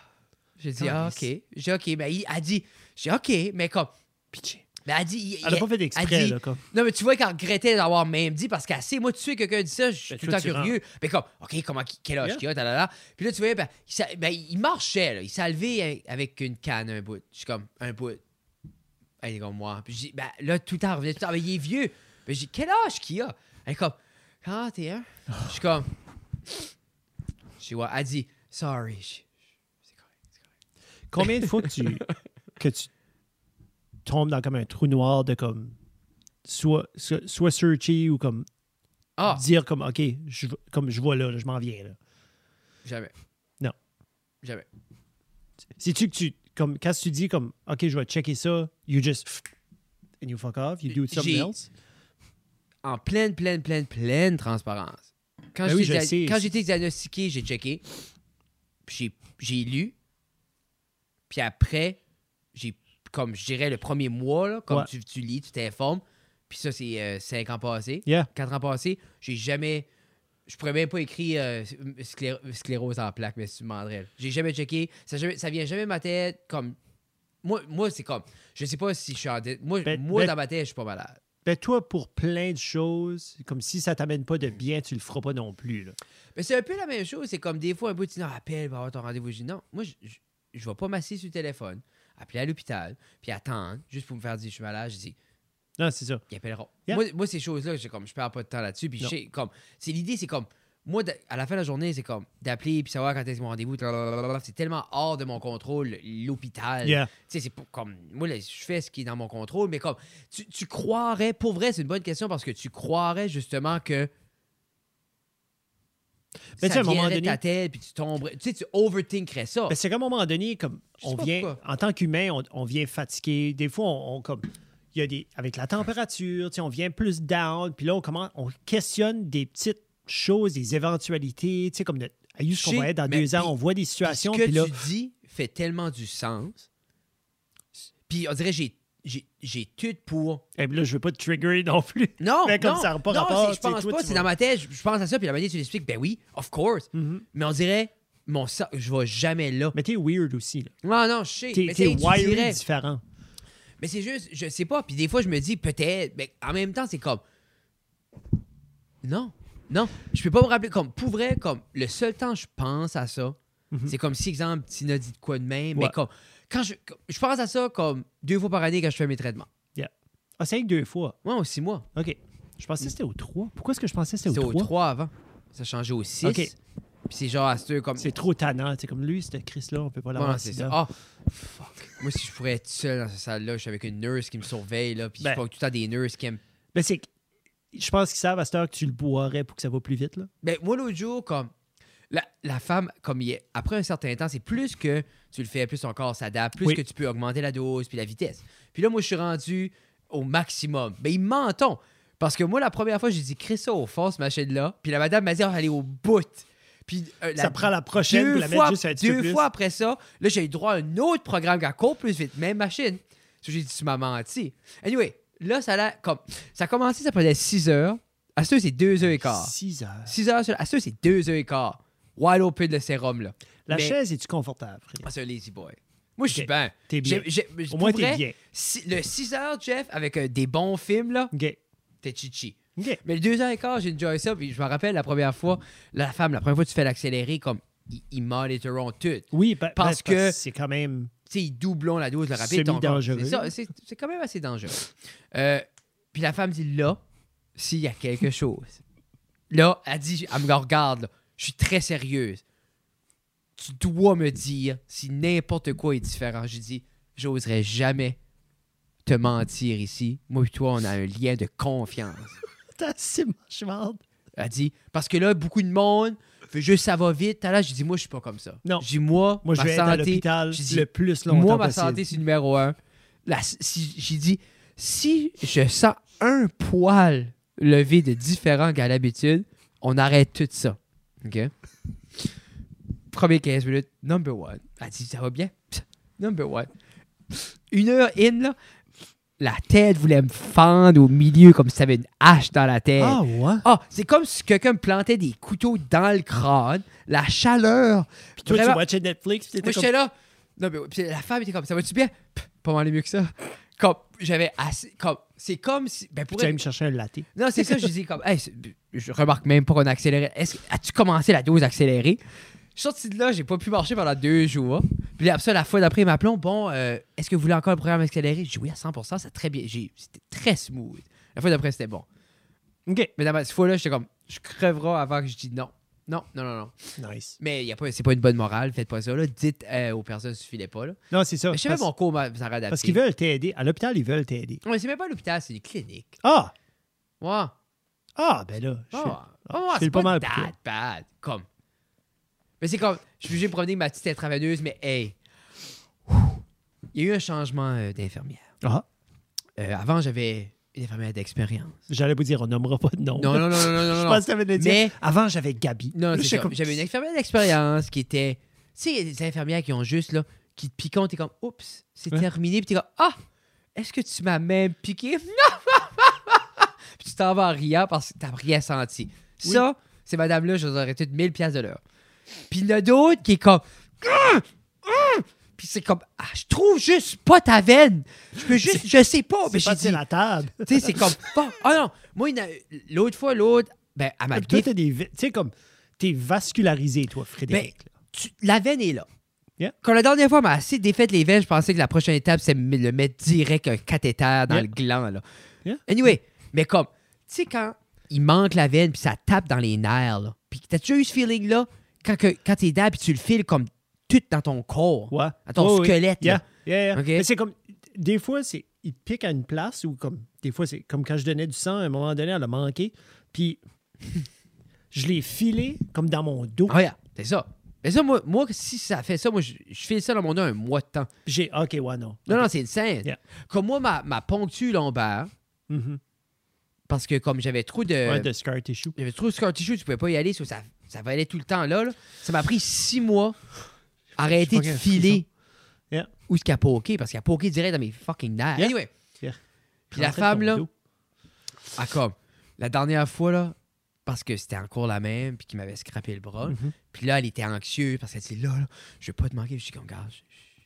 S1: J'ai dit, ah, ok.
S2: Calice.
S1: J'ai dit, ok, ben, il a dit, j'ai dit, ok, mais comme,
S2: Pitché.
S1: ben, elle dit, il-
S2: Elle a
S1: il-
S2: pas fait
S1: elle
S2: d'exprès,
S1: dit-
S2: là, comme.
S1: Non, mais tu vois qu'elle regrettait d'avoir même dit parce qu'elle sait, moi, tu sais, quelqu'un dit ça, je suis
S2: Ben,
S1: tout
S2: toi,
S1: le temps
S2: tu
S1: curieux. Mais comme, OK, comment, quel âge
S2: Yeah.
S1: qu'il a, talala. Puis là, tu vois, ben, il, s'a- ben, il marchait, là. Il s'est levé avec une canne, un bout. Je suis comme, un bout. Elle est comme moi. Puis je dis, ben, là, tout le temps, elle revenait tout le temps, mais il est vieux. Mais je dis, quel âge qu'il a? Elle est comme, 41. Je suis comme, je dis, ouais. Elle dit, sorry. Je- C'est correct, c'est correct.
S2: Combien de fois que tu, que tu tombes dans comme un trou noir de comme soit, soit, soit searcher ou comme
S1: Ah,
S2: dire comme OK, je, v- comme je vois là, là, je m'en viens là.
S1: jamais.
S2: Non.
S1: Jamais.
S2: C'est-tu que tu comme quand tu dis comme OK, je vais checker ça, you just and you fuck off, you do something
S1: J'ai-
S2: else.
S1: en pleine, pleine, pleine, pleine transparence. Quand
S2: Ben oui,
S1: j'étais
S2: je sais.
S1: quand j'ai été diagnostiqué, j'ai checké. Puis j'ai j'ai lu. Puis après, j'ai, comme je dirais, le premier mois, là, comme
S2: Ouais.
S1: tu, tu lis, tu t'informes. Puis ça, c'est euh, cinq ans passés.
S2: Yeah.
S1: Quatre ans passés, j'ai jamais. Je pourrais même pas écrire euh, sclé- sclérose en plaques, mais si tu me demanderais. là. J'ai jamais checké. Ça, jamais- ça vient jamais de ma tête. Comme. Moi, moi c'est comme. Je sais pas si je suis en. dé- Moi,
S2: Ben-
S1: moi
S2: ben-
S1: dans ma tête, je suis pas malade.
S2: Ben toi pour plein de choses, comme si ça t'amène pas de bien, tu le feras pas non plus là.
S1: Mais c'est un peu la même chose. C'est comme des fois, un bout, tu dis, non, appelle, va avoir ton rendez-vous. Je dis, non, moi, je- je je vais pas m'asseoir sur le téléphone, appeler à l'hôpital, puis attendre, juste pour me faire dire, je suis malade. Je dis,
S2: Non, c'est ça.
S1: ils appelleront.
S2: Yeah.
S1: Moi, moi, ces choses-là, j'ai comme, je perds pas de temps là-dessus. Puis je
S2: Non.
S1: sais, comme, c'est l'idée, c'est comme, moi, d'a- à la fin de la journée, c'est comme d'appeler, puis savoir quand est-ce mon rendez-vous. blablabla. C'est tellement hors de mon contrôle, l'hôpital.
S2: Yeah.
S1: Tu sais, c'est pas comme. Moi, là, je fais ce qui est dans mon contrôle, mais comme. Tu, tu croirais. Pour vrai, c'est une bonne question parce que tu croirais justement que.
S2: Mais tu sais, à
S1: ça
S2: un moment
S1: viendrait de ta
S2: donné-
S1: tête, puis tu tomberais. Tu sais, tu overthinkerais ça.
S2: Ben, c'est qu'à un moment donné, comme
S1: Je sais
S2: on
S1: pas
S2: vient,
S1: pourquoi.
S2: en tant qu'humain, on, on vient fatigué. Des fois, on, on comme il y a des avec la température, tu sais, on vient plus down. Puis là, on commence, on questionne des petites choses, des éventualités, tu sais, comme notre, à où est-ce
S1: Je
S2: qu'on
S1: sais,
S2: va être dans
S1: mais
S2: deux ans,
S1: puis-
S2: on voit des
S1: Puis ce
S2: situations.
S1: que
S2: Puis là,
S1: tu dis fait tellement du sens. Puis on dirait, j'ai j'ai- j'ai tout pour.
S2: Et eh, puis là, je veux pas te trigger non plus.
S1: Non,
S2: Mais comme
S1: non,
S2: ça n'a pas
S1: non,
S2: rapport,
S1: c'est-
S2: tu sais,
S1: je pense
S2: toi,
S1: pas.
S2: tu
S1: C'est
S2: vas-
S1: dans ma tête, je, je pense à ça, puis la manière dont tu l'expliques, ben oui, of course.
S2: Mhm.
S1: Mais on dirait, mon sang, je vais jamais là.
S2: Mais t'es weird aussi. Là.
S1: Non, non, je sais.
S2: T'es,
S1: mais
S2: t'es
S1: tu sais, tu
S2: wiry
S1: dirais-
S2: différent.
S1: Mais c'est juste, je sais pas. Puis des fois, je me dis peut-être, mais en même temps, c'est comme. Non, non, je peux pas me rappeler. Comme, pour vrai, comme, le seul temps que je pense à ça,
S2: Mhm.
S1: c'est comme si, exemple, Tina dit de quoi de même,
S2: Ouais.
S1: mais comme, quand je, comme- je pense à ça comme deux fois par année quand je fais mes traitements.
S2: Ah, c'est avec deux fois.
S1: Moi, aussi, moi.
S2: OK. Je pensais que c'était au 3. Pourquoi est-ce que je pensais que c'était
S1: C'était
S2: au
S1: au
S2: 3?
S1: 3 avant. Ça a changé au 6.
S2: Ok.
S1: Puis c'est genre à ceux comme.
S2: C'est trop tannant. C'est comme lui, c'était Chris-là, on peut pas
S1: Ouais,
S2: l'avoir.
S1: c'est ça.
S2: dedans.
S1: Ah, fuck. Moi, si je pourrais être seul dans cette salle-là, je suis avec une nurse qui me surveille, là, puis
S2: Ben.
S1: je parle tout le temps des nurses qui aiment.
S2: Ben, c'est que- Je pense qu'ils savent à cette heure que tu le boirais pour que ça va plus vite. Là.
S1: Ben, moi, l'autre jour, comme. La, la femme, comme il est, après un certain temps, c'est plus que tu le fais, plus ton corps s'adapte, plus
S2: Oui.
S1: que tu peux augmenter la dose, puis la vitesse. Puis là, moi, je suis rendu au maximum. Ben, il m'entend. Parce que moi, la première fois, j'ai dit, crée ça au fond, ce machine-là. Puis la madame m'a dit, Ah, elle est au bout. Puis euh,
S2: ça prend la prochaine pour
S1: deux
S2: la
S1: fois,
S2: mettre juste un petit peu
S1: deux
S2: plus.
S1: fois après ça, là, j'ai eu droit à un autre programme qui a court plus vite, même machine. So, J'ai dit, tu m'as menti. Anyway, là, ça a, comme, ça a commencé, ça prenait 6 heures. À ce c'est 2 heures et quart.
S2: 6 heures.
S1: 6 heures, sur- à ce c'est 2 heures et quart. Wide open le sérum, là.
S2: La
S1: Mais-
S2: chaise, es-tu confortable, Frédéric?
S1: Ah, c'est un lazy boy. Moi, je suis
S2: Ok.
S1: bien.
S2: T'es bien.
S1: J'ai- j'ai- pour
S2: Au moins,
S1: vrai,
S2: t'es bien.
S1: si- le 6 heures, Jeff, avec euh, des bons films, là,
S2: OK.
S1: t'es chichi.
S2: OK.
S1: Mais le deux ans et quart, j'ai enjoyé ça. Puis je me rappelle la première fois, la femme, la première fois que tu fais l'accéléré, comme, ils, ils monitoreront tout.
S2: Oui, pa-
S1: Parce
S2: ben,
S1: que-
S2: c'est quand même.
S1: tu sais, ils doublons la dose, le rapide.
S2: Semi-dangereux.
S1: C'est ça, c'est c'est quand même assez dangereux. Euh, puis la femme dit là, s'il y a quelque chose. Là, elle dit, elle me regarde, là, je suis très sérieuse. Tu dois me dire si n'importe quoi est différent. J'ai dit, j'oserais jamais te mentir ici. Moi et toi, on a un lien de confiance.
S2: T'as assez manchemarde.
S1: Elle dit, parce que là, beaucoup de monde veut juste ça va vite. T'as là, j'ai dit, moi, je suis pas comme ça.
S2: Non.
S1: J'ai dit, moi,
S2: Moi, je
S1: ma
S2: vais être à
S1: santé,
S2: l'hôpital
S1: j'ai dit,
S2: le plus longtemps
S1: moi, ma
S2: possible.
S1: santé, c'est numéro un. La- si, j'ai dit, si je sens un poil levé de différent qu'à l'habitude, on arrête tout ça. OK? Premier 15 minutes, number one. Elle dit, ça va bien? Psst, Number one. Une heure in, là, la tête voulait me fendre au milieu comme si ça avait une hache dans la tête.
S2: Ah, ouais.
S1: Ah, c'est comme si quelqu'un me plantait des couteaux dans le crâne. La chaleur.
S2: Puis toi,
S1: Vraiment-
S2: tu watchais Netflix. Puis
S1: moi,
S2: t'étais comme...
S1: j'étais là. Non, mais puis la femme était comme, ça va-tu bien? Pff, Pas mal mieux que ça. Comme, j'avais assez. Comme, c'est comme si. Ben, pour
S2: Tu allais
S1: elle-
S2: me chercher un latte.
S1: Non, c'est ça, je dis comme, hey, c'est- je remarque même pas qu'on a accéléré. Est-ce que- as-tu commencé la dose accélérée? Je suis sorti de là, j'ai pas pu marcher pendant deux jours. Puis après ça, la fois d'après, il m'appelait, bon, euh, est-ce que vous voulez encore le programme accéléré? J'ai dit oui à 100%, c'est très bien. J'ai- C'était très smooth. La fois d'après, c'était bon.
S2: OK.
S1: Mais dans ma- cette fois-là, j'étais comme, je crèverai avant que je dise non. Non, non, non, non.
S2: Nice.
S1: Mais y a pas, c'est pas une bonne morale, faites pas ça. Là. Dites euh, aux personnes, suffit pas. Là.
S2: Non, c'est ça.
S1: Mais je savais
S2: parce,
S1: mon cours m'a- ça aurait adapté.
S2: parce qu'ils veulent t'aider. À l'hôpital, ils veulent t'aider.
S1: Ouais, c'est même pas à l'hôpital, c'est une clinique.
S2: Ah!
S1: Ouais.
S2: Ah, ben là. je
S1: Ouais.
S2: suis-
S1: Ouais,
S2: je fais
S1: c'est
S2: le
S1: pas,
S2: pas mal
S1: bad,
S2: pire.
S1: bad. Comme. Mais c'est comme, je suis obligé de promener ma petite intraveineuse, mais hey. Ouh. Il y a eu un changement euh, d'infirmière.
S2: Ah,
S1: Euh, avant, j'avais une infirmière d'expérience.
S2: j'allais vous dire, on nommera pas de nom.
S1: Non, non, non, non, non, non.
S2: je
S1: non.
S2: pense que t'avais de dire.
S1: Mais-
S2: Avant, j'avais Gabi.
S1: Non,
S2: Là,
S1: c'est
S2: j'étais
S1: ça.
S2: comme-
S1: J'avais une infirmière d'expérience qui était. Tu sais, il y a des infirmières qui ont juste, là, qui te piquent, t'es comme, oups, c'est
S2: Ouais.
S1: terminé. Puis t'es comme, ah, est-ce que tu m'as même piqué? Puis tu t'en vas en riant parce que t'as rien senti. Ça, ces madames-là, je les aurais toutes 1000 pièces de l'heure. Puis il y en a d'autres qui est comme, Ah! Ah! puis c'est comme, ah, je trouve juste pas ta veine. Je peux juste, je sais pas. Mais
S2: C'est
S1: j'ai
S2: pas sur
S1: dit,
S2: la table.
S1: tu sais, c'est comme, Fuck. ah non, moi, il y en a- l'autre fois, l'autre, ben, à ma
S2: Puis Toi, t'as des. vi- Tu sais, comme. T'es vascularisé, toi, Frédéric. là.
S1: tu- la veine est là.
S2: Yeah.
S1: Quand la dernière fois m'a assez défaite les veines, je pensais que la prochaine étape, c'est me le mettre direct un cathéter dans
S2: Yeah.
S1: le gland. Là.
S2: Yeah.
S1: Anyway, mais comme, tu sais, quand il manque la veine, puis ça tape dans les nerfs, là, puis t'as déjà eu ce feeling-là quand, que- quand t'es dedans, puis tu le files comme tout dans ton corps,
S2: Ouais.
S1: dans ton
S2: Ouais, ouais.
S1: squelette. là.
S2: Yeah, yeah, yeah.
S1: OK.
S2: Mais c'est comme. Des fois, c'est. Il te pique à une place ou comme. Des fois, c'est comme quand je donnais du sang, à un moment donné, elle a manqué. Puis. Je l'ai filé comme dans mon dos.
S1: Ah, yeah, c'est ça. Mais ça, moi, moi, si ça fait ça, moi, je, je file ça dans mon dos un mois de temps.
S2: J'ai. OK, ouais, non.
S1: Non, non, c'est une scène.
S2: Yeah.
S1: Comme moi, ma, ma ponctue lombaire,
S2: Mhm.
S1: parce que comme j'avais trop de...
S2: Ouais, de scar tissue.
S1: Il y avait trop de scar tissue, tu pouvais pas y aller, so ça, ça valait tout le temps là. là. Ça m'a pris six mois.
S2: Je
S1: Arrêter
S2: sais
S1: de
S2: pas quel
S1: filer
S2: Yeah.
S1: Où est-ce qu'elle a poké? Parce qu'elle a poké direct dans mes fucking nerfs.
S2: Yeah.
S1: Anyway, Puis la
S2: Rentrer
S1: femme,
S2: ton
S1: là,
S2: dos.
S1: ah, comme, la dernière fois, là, parce que c'était encore la même, puis qu'il m'avait scrappé le bras.
S2: Mhm.
S1: Puis là, elle était anxieuse parce qu'elle dit là, là, je vais pas te manquer. Je dis comme, gars, je- je-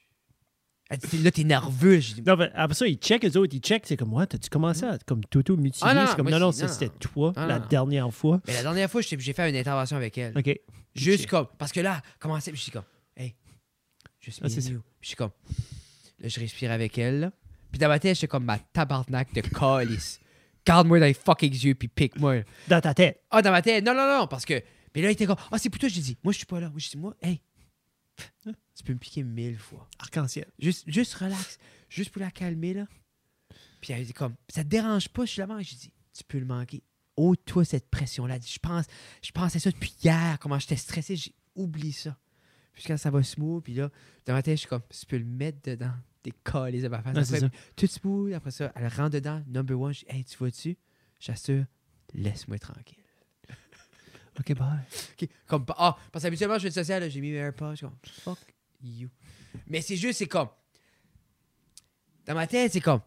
S1: elle dit là, t'es nerveux. Je dis,
S2: Non, mais après ça, ils checkent, eux autres, ils checkent. C'est comme, ouais, t'as-tu commencé à comme Toto mutiler?
S1: Ah non,
S2: c'est comme,
S1: moi,
S2: non, non,
S1: c'est-
S2: ça,
S1: non,
S2: c'était toi
S1: Ah
S2: la
S1: non.
S2: dernière fois.
S1: mais la dernière fois, j'ai j'ai fait une intervention avec elle.
S2: OK.
S1: Juste
S2: Ok.
S1: comme, parce que là, comment c'est, je suis comme, hey, je suis
S2: Ah, c'est ça.
S1: new. Je suis comme, là, je respire avec elle. là. Puis dans ma tête, j'étais comme ma tabarnak de calice. Garde-moi dans les fucking yeux, puis pique-moi.
S2: Dans ta tête.
S1: Ah, dans ma tête, non, non, non, parce que. Puis là, il était comme, ah, c'est pour toi, j'ai dit, moi, je suis pas là. Moi, je dis, moi, hey, tu peux me piquer mille fois.
S2: Arc-en-ciel.
S1: Juste, juste relax. Juste pour la calmer, là. Puis elle dit comme, ça te dérange pas, je suis là-bas. J'ai dit, tu peux le manquer. Ôte-toi cette pression-là. Elle dit, Je pense, je pensais ça depuis hier, comment j'étais stressé. J'ai oublié ça. Puis quand ça va smooth, puis là, dans ma tête, je suis comme, tu peux le mettre dedans. T'es collé à ma face.
S2: Ah, c'est
S1: Après,
S2: ça.
S1: Tout smooth, après ça, elle rentre dedans. Number one, je dis, hey, tu vois-tu? J'assure, laisse-moi tranquille.
S2: OK, bye.
S1: Ok, Comme, ah, parce qu'habituellement, je suis social, là, j'ai mis mes AirPods, je suis comme, fuck you. Mais c'est juste, c'est comme, dans ma tête, c'est comme,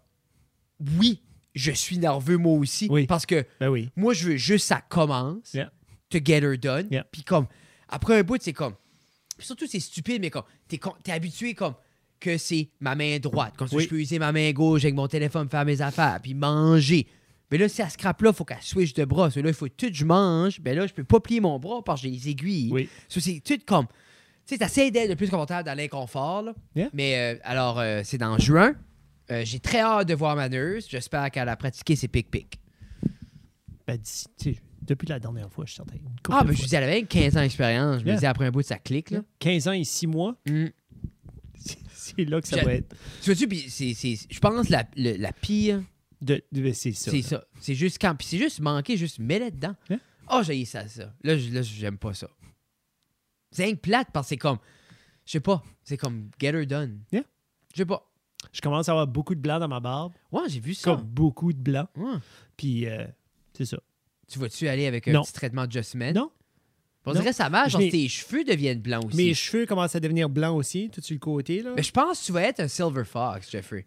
S1: oui, je suis nerveux moi aussi,
S2: Oui.
S1: parce que
S2: Ben oui.
S1: moi, je veux juste ça commence,
S2: Yeah.
S1: to get her done,
S2: Yeah.
S1: puis comme, après un bout, c'est comme, surtout, c'est stupide, mais comme, t'es, con- t'es habitué comme, que c'est ma main droite, comme ça,
S2: Oui.
S1: je peux user ma main gauche avec mon téléphone, faire mes affaires, puis manger. Mais là, si elle scrape là, faut qu'elle switch de bras. Parce que là, il faut tout que je mange. Ben là, je peux pas plier mon bras parce que j'ai les aiguilles.
S2: Oui.
S1: So, c'est tout comme. Tu sais, t'essaies d'être le plus confortable dans l'inconfort. là.
S2: Yeah.
S1: Mais euh, alors, euh, c'est dans juin. Euh, j'ai très hâte de voir ma nurse. J'espère qu'elle a pratiqué ses pic-pic.
S2: Ben, d'ici- tu sais, depuis la dernière fois, je suis certain. Une couple
S1: Ah,
S2: de
S1: ben, je
S2: fois.
S1: vous dis, elle avait 15 ans d'expérience. Je
S2: Yeah.
S1: me dis, après un bout, ça clique. Là.
S2: 15 ans et 6 mois,
S1: Mm.
S2: c'est là que ça
S1: J'ai-
S2: va être.
S1: Tu vois-tu, puis c'est- c'est- je pense la, le- la pire,
S2: De, de- ben, c'est ça.
S1: c'est ça. C'est juste quand. Puis c'est juste manquer, juste mets-le dedans.
S2: Yeah.
S1: Oh, j'ai ça, ça. Là, je- là, j'aime pas ça. C'est rien que plate parce que c'est comme. Je sais pas. C'est comme get her done.
S2: Yeah.
S1: Je sais pas.
S2: Je commence à avoir beaucoup de blanc dans ma barbe.
S1: Ouais, j'ai vu ça.
S2: Comme beaucoup de blanc.
S1: Ouais.
S2: Puis, euh, c'est ça.
S1: Tu vas-tu aller avec un
S2: Non.
S1: petit traitement de Just Men?
S2: Non.
S1: On
S2: Non.
S1: dirait que ça marche,
S2: Je
S1: genre
S2: n'ai-
S1: tes cheveux deviennent blancs aussi.
S2: Mes cheveux commencent à devenir blancs aussi, tout sur le côté. Là.
S1: Mais je pense que tu vas être un Silver Fox, Jeffrey.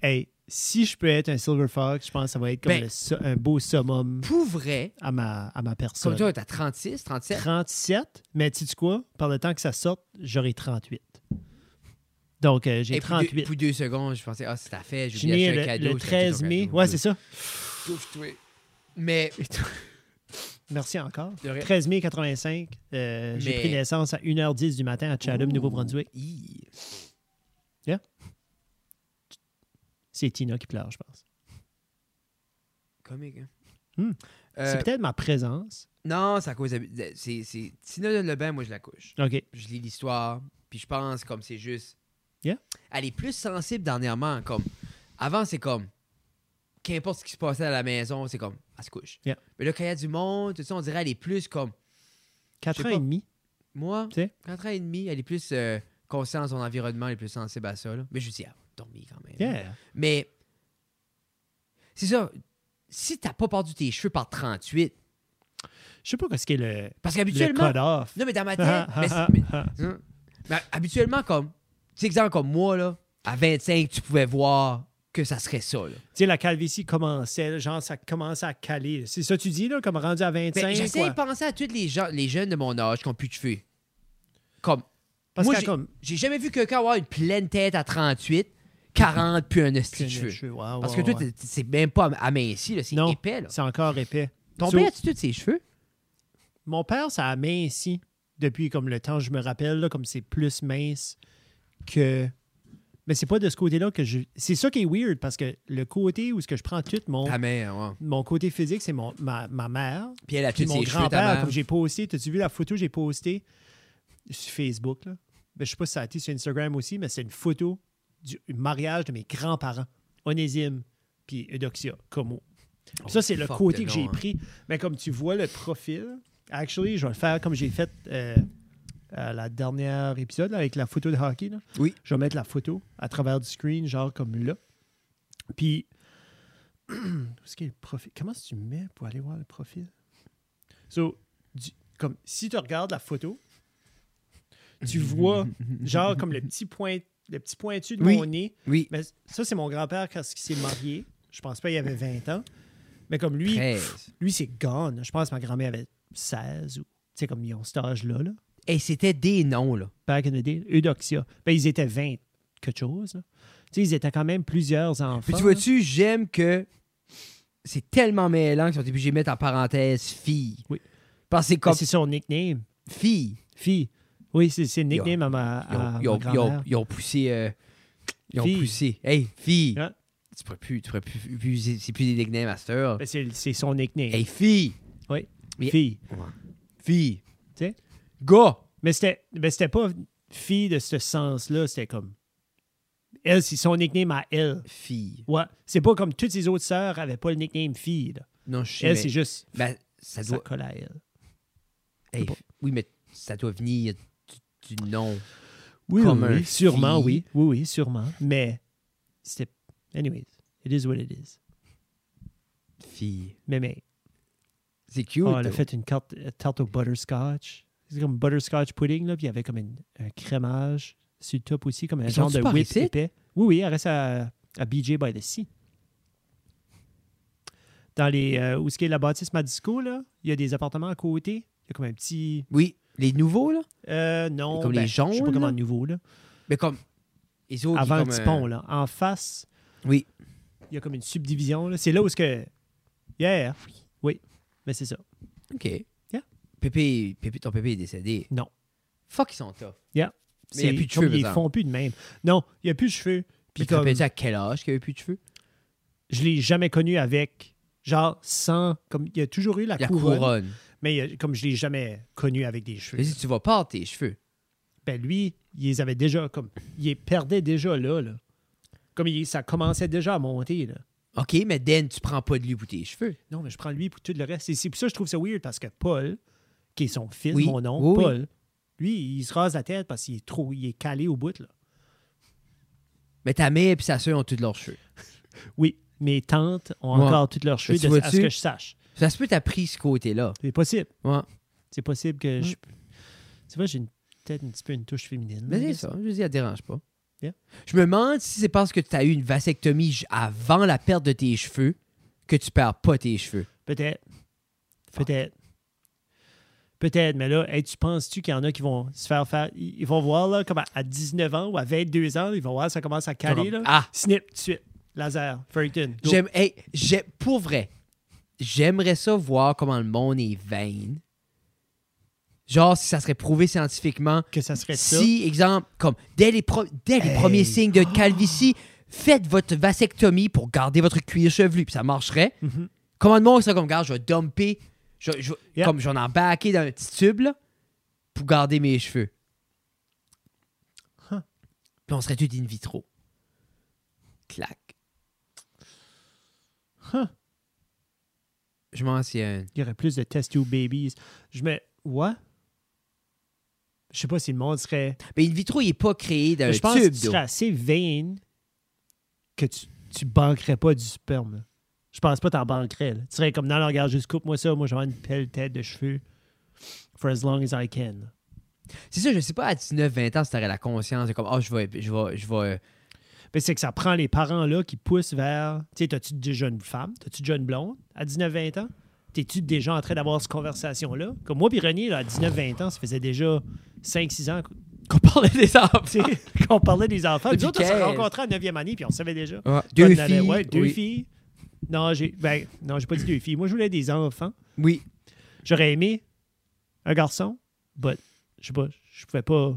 S2: Hey, si je peux être un Silver Fox, je pense que ça va être comme
S1: Ben-
S2: le su- un beau summum
S1: Pour vrai,
S2: à ma, à ma personne.
S1: comme toi, t'as 36, 37.
S2: 37, mais tu sais quoi? Par le temps que ça sorte, j'aurai 38. Donc, euh, j'ai
S1: Et pour deux-
S2: 38.
S1: Pour deux secondes, je pensais, ah, c'est ta fête, j'ai
S2: Je suis
S1: oublié
S2: né
S1: d'acheter un
S2: le,
S1: cadeau.
S2: le 13 mai. Ouais, c'est ça.
S1: ça. Mais
S2: Merci encore.
S1: De rien.
S2: 13 mai 85. euh, J'ai
S1: Mais-
S2: pris naissance à 1h10 du matin à Chatham,
S1: Ouh.
S2: Nouveau-Brunswick.
S1: Hi.
S2: C'est Tina qui pleure, je pense.
S1: Comique, hein?
S2: Hmm.
S1: Euh,
S2: C'est peut-être ma présence.
S1: non, c'est à cause de. c'est- c'est- Tina Lebin, moi, je la couche.
S2: OK.
S1: Je lis l'histoire, puis je pense comme c'est juste.
S2: Yeah.
S1: Elle est plus sensible dernièrement. Comme, avant, c'est comme. Qu'importe ce qui se passait à la maison, c'est comme. Elle se couche.
S2: Yeah.
S1: Mais là, quand il y a du monde, tout ça, on dirait elle est plus comme.
S2: 4
S1: pas.
S2: ans et demi.
S1: Moi,
S2: Tu sais?
S1: 4 ans et demi, elle est plus euh, consciente de son environnement, elle est plus sensible à ça. là. Mais je lui dis, ah, dormi quand même.
S2: Yeah.
S1: Mais c'est ça. Si t'as pas perdu tes cheveux par 38,
S2: Je sais pas ce qu'est le,
S1: parce
S2: le
S1: qu'habituellement.
S2: cut-off.
S1: Non, mais dans ma tête. mais c'est- mais- hein, mais habituellement, comme. Tu sais, exemple comme moi, là, à 25, tu pouvais voir que ça serait ça. là.
S2: Tu sais, la calvitie commençait, là, genre, ça commençait à caler. C'est ça que tu dis, là, comme rendu à 25.
S1: Mais Ben, j'essaie
S2: quoi.
S1: de penser à tous les, gens, les jeunes de mon âge qui ont plus de cheveux. Comme.
S2: Parce
S1: moi,
S2: que
S1: j'ai-
S2: comme.
S1: J'ai jamais vu quelqu'un avoir une pleine tête à 38, 40, puis un
S2: Puis
S1: esti
S2: un
S1: de cheveux.
S2: cheveu, ouais,
S1: Parce que
S2: ouais,
S1: toi,
S2: ouais.
S1: t'es- c'est même pas aminci, là, c'est
S2: Non.
S1: épais. Là.
S2: c'est encore épais.
S1: Ton
S2: So-
S1: père, tu tous ses cheveux?
S2: Mon père, ça a minci depuis comme le temps, je me rappelle, là, comme c'est plus mince que. Mais c'est pas de ce côté-là que je. C'est ça qui est weird parce que le côté où ce que je prends tout mon,
S1: Ta mère, ouais.
S2: mon côté physique, c'est mon ma, ma mère.
S1: Puis elle a
S2: Puis
S1: tous
S2: mon
S1: ses cheveux, ta
S2: grand-père,
S1: mère.
S2: comme j'ai posté, t'as-tu vu la photo que j'ai postée sur Facebook? Là? Ben, je sais pas si ça a été sur Instagram aussi, mais c'est une photo du mariage de mes grands-parents, Onésime puis Eudoxia, comme
S1: Oh,
S2: ça, c'est le
S1: fuck
S2: côté
S1: de
S2: que j'ai
S1: nom, hein.
S2: pris. Mais comme tu vois le profil, actually, je vais le faire comme j'ai fait euh, à la dernière épisode là, avec la photo de hockey. là.
S1: Oui.
S2: Je vais mettre la photo à travers du screen, genre comme là. Puis, où est-ce qu'il y a le profil? Comment est-ce que tu mets pour aller voir le profil? So, du- comme si tu regardes la photo, tu vois genre comme le petit point le petit pointu de
S1: Oui.
S2: mon nez.
S1: Oui.
S2: Mais ça, c'est mon grand-père quand il s'est marié. Je pense pas qu'il avait 20 ans. Mais comme lui,
S1: 13.
S2: lui, c'est gone. Je pense que ma grand-mère avait 16 ou, tu sais, comme ils ont cet âge-là, là.
S1: Et c'était des noms, là.
S2: Back in the day, Eudoxia. Ben, ils étaient 20 quelque chose, là. Tu sais, ils étaient quand même plusieurs
S1: Puis
S2: enfants. Ben,
S1: tu vois-tu, j'aime que c'est tellement mêlant qu'ils sont obligés de mettre en parenthèse fille.
S2: Oui.
S1: Parce que c'est
S2: Mais
S1: comme
S2: C'est son nickname.
S1: fille.
S2: Fille. Oui, c'est c'est le nickname à ma,
S1: Ils ont,
S2: à
S1: ils ont-
S2: Ah, ma
S1: ils ont-
S2: grand-mère.
S1: ils ont poussé. euh, ils ont
S2: Fille.
S1: poussé. Hey, fille.
S2: Hein?
S1: Tu pourrais plus. Tu pourrais plus, plus- c'est plus des nicknames à cette heure.
S2: Ben, c'est c'est son nickname.
S1: Hey, fille. mais-
S2: Fille.
S1: Fille.
S2: Tu sais?
S1: Gars.
S2: Mais c'était ben, c'était pas fille de ce sens-là. C'était comme. Elle, c'est son nickname à elle.
S1: Fille.
S2: Ouais. C'est pas comme toutes ses autres sœurs avaient pas le nickname fille. là.
S1: Non, je sais.
S2: Elle,
S1: mais-
S2: c'est juste.
S1: ben, ça
S2: Ça
S1: doit.
S2: colle à elle.
S1: hey,
S2: pas.
S1: oui, mais ça doit venir du, du nom.
S2: Oui,
S1: Comme
S2: oui,
S1: un
S2: oui, sûrement,
S1: fille.
S2: oui. Oui, oui, sûrement. Mais c'était. Anyways, it is what it is.
S1: Fille.
S2: Mais, mais.
S1: C'est cute.
S2: oh, elle a
S1: though.
S2: fait une carte- une tarte au butterscotch. C'est comme butterscotch pudding, là. Puis il y avait comme une- un crémage sur le top aussi, comme un
S1: Ils
S2: genre
S1: sont-tu
S2: de
S1: par
S2: whip
S1: ici?
S2: épais. Oui, oui, elle reste à, à BJ by the Sea. Dans les. euh, où est-ce qu'il y a la bâtisse Madisco, là? Il y a des appartements à côté. Il y a comme un petit.
S1: Oui. Les nouveaux, là.
S2: Euh, non.
S1: Comme les
S2: ben, Je sais
S1: jaunes,
S2: pas comment
S1: là?
S2: nouveau, là.
S1: Mais comme. Les autres,
S2: Avant le
S1: comme,
S2: petit
S1: euh,
S2: pont, là. En face.
S1: Oui.
S2: il y a comme une subdivision. là. C'est là où ce que. Yeah. Oui. Mais c'est ça.
S1: OK.
S2: Yeah.
S1: Pépé, Pépé- ton pépé est décédé.
S2: Non.
S1: Fuck, ils sont tough.
S2: Yeah.
S1: Mais il y a
S2: C'est
S1: plus de
S2: comme
S1: cheveux,
S2: Ils
S1: par
S2: font plus de même. Non, il n'y a plus de cheveux. Puis
S1: Puis tu te
S2: comme,
S1: rappelles-tu à quel âge qu'il n'y avait plus de cheveux?
S2: je l'ai jamais connu avec. Genre, sans. Comme, il y a toujours eu la,
S1: La
S2: couronne,
S1: couronne.
S2: Mais il y a- comme je l'ai jamais connu avec des cheveux.
S1: Vas-y, tu vas perdre tes cheveux.
S2: Ben lui, il les avait déjà. comme Il les perdait déjà là. là. Comme il- ça commençait déjà à monter. Là.
S1: OK, mais Dan, tu prends pas de lui pour tes cheveux.
S2: Non, mais je prends lui pour tout le reste. Et c'est pour ça que je trouve ça weird parce que Paul, qui est son fils,
S1: Oui,
S2: mon nom,
S1: oui, oui.
S2: Paul, lui, il se rase la tête parce qu'il est trop. Il est calé au bout. Là.
S1: Mais ta mère et sa soeur ont tous leurs cheveux.
S2: Oui, mes tantes ont
S1: Ouais.
S2: encore toutes leurs cheveux,
S1: tu
S2: de- à ce
S1: vois-tu?
S2: que je sache.
S1: Ça se peut t'as pris ce côté-là.
S2: C'est possible.
S1: Ouais.
S2: C'est possible que
S1: Mm.
S2: je. Tu vois, j'ai une- peut-être un petit peu une touche féminine.
S1: Mais
S2: I
S1: c'est
S2: guess.
S1: ça. Je dis, elle dérange pas.
S2: Yeah.
S1: Je me demande si c'est parce que tu as eu une vasectomie j- avant la perte de tes cheveux que tu perds pas tes cheveux.
S2: Peut-être. Peut-être. Peut-être, mais là, hey, tu penses-tu qu'il y en a qui vont se faire faire. Ils ils vont voir, là, comme à, à 19 ans ou à 22 ans, ils vont voir, ça commence à caler, là.
S1: Ah!
S2: Snip, tout de suite. Laser, Furrington. go.
S1: J'aime, hey, j'ai- pour vrai, j'aimerais ça voir comment le monde est vain. Genre, si ça serait prouvé scientifiquement.
S2: Que ça serait ça.
S1: Si, exemple, comme dès les, pro- dès les premiers signes de calvitie, faites votre vasectomie pour garder votre cuir chevelu, puis ça marcherait.
S2: Mhm.
S1: Comment le monde serait comme, regarde, je vais dumper, je, je-
S2: Yeah.
S1: comme j'en embarqué dans un petit tube, là, pour garder mes cheveux.
S2: Huh.
S1: Puis on serait tous in vitro. Clac.
S2: Huh.
S1: Je m'en souviens.
S2: Il y aurait plus de test tube babies. Je me. Ouais? Je sais pas si le monde serait.
S1: Mais in vitro, il n'est pas créé d'un
S2: je pense que
S1: Euh, tube
S2: tu
S1: d'eau.
S2: serais assez vain que tu, tu banquerais pas du sperme. là. Je pense pas que t'en banquerais. là. Tu serais comme, non, non, regarde, juste coupe-moi ça. Moi, je vais avoir une belle tête de cheveux for as long as I can.
S1: C'est ça, je sais pas, à 19, 20 ans, si t'aurais la conscience de comme, oh, je vais, je vais, je vais. euh,
S2: Mais c'est que ça prend les parents-là qui poussent vers. Tu sais, t'as-tu déjà une femme? T'as-tu déjà une blonde à 19-20 ans? T'es-tu déjà en train d'avoir cette conversation-là? Comme moi, puis René, là, à 19-20 ans, ça faisait déjà 5-6 ans
S1: Qu'on parlait des arbres.
S2: tu sais, qu'on parlait des enfants.
S1: Depuis
S2: Nous autres, on s'est
S1: 15.
S2: rencontrés en 9e année, puis on savait déjà.
S1: Ouais, deux
S2: Qu'on allait-
S1: filles.
S2: ouais, deux
S1: oui.
S2: filles. Non, j'ai ben, non, j'ai pas dit deux filles. Moi, je voulais des enfants.
S1: Oui.
S2: J'aurais aimé un garçon, but je sais pas, je pouvais pas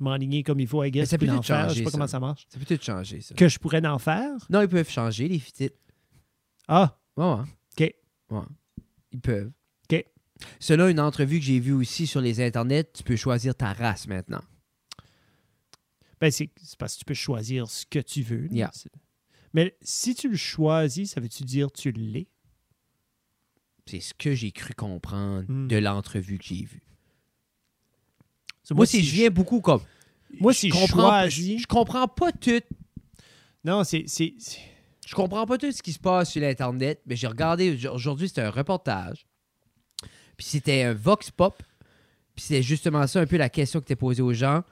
S2: m'enligner comme il faut, I guess,
S1: Mais ça
S2: puis
S1: peut
S2: d'en
S1: tout
S2: faire. Je
S1: changer,
S2: sais pas
S1: ça.
S2: comment ça marche.
S1: Ça peut tout changer, ça.
S2: Que je pourrais en faire?
S1: Non, ils peuvent changer, les fitites.
S2: Ah,
S1: Ouais, ouais.
S2: OK.
S1: Ouais. Ils peuvent.
S2: OK.
S1: Selon une entrevue que j'ai vue aussi sur les internets, tu peux choisir ta race maintenant.
S2: ben c'est c'est parce que tu peux choisir ce que tu veux. là.
S1: Yeah.
S2: C'est- Mais si tu le choisis, ça veut-tu dire tu l'es?
S1: C'est ce que j'ai cru comprendre
S2: Hmm.
S1: de l'entrevue que j'ai vue.
S2: So,
S1: Moi, si je viens beaucoup comme.
S2: Moi, si je
S1: comprends,
S2: choisis-
S1: je, je comprends pas tout.
S2: Non, c'est- c'est... c'est-
S1: Je comprends pas tout ce qui se passe sur l'Internet, mais j'ai regardé au- aujourd'hui, c'était un reportage. Puis c'était un Vox Pop. Puis c'était justement ça un peu la question que t'es posée aux gens.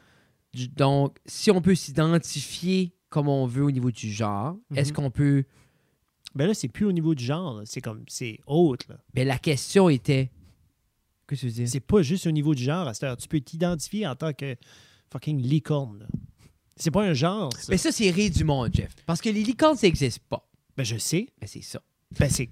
S1: Du- Donc, si on peut s'identifier comme on veut au niveau du genre,
S2: Mhm.
S1: est-ce qu'on peut.
S2: Ben là, c'est plus au niveau du genre. là. C'est comme, c'est autre. là.
S1: Mais la question était. Qu'est-ce que tu veux dire?
S2: C'est pas juste au niveau du genre à cette heure. Tu peux t'identifier en tant que fucking licorne. là. C'est pas un genre, ça.
S1: Mais ça, c'est rire du monde, Jeff. Parce que les licornes, ça n'existe pas.
S2: Ben, je sais.
S1: Mais c'est ça.
S2: Ben, c'est...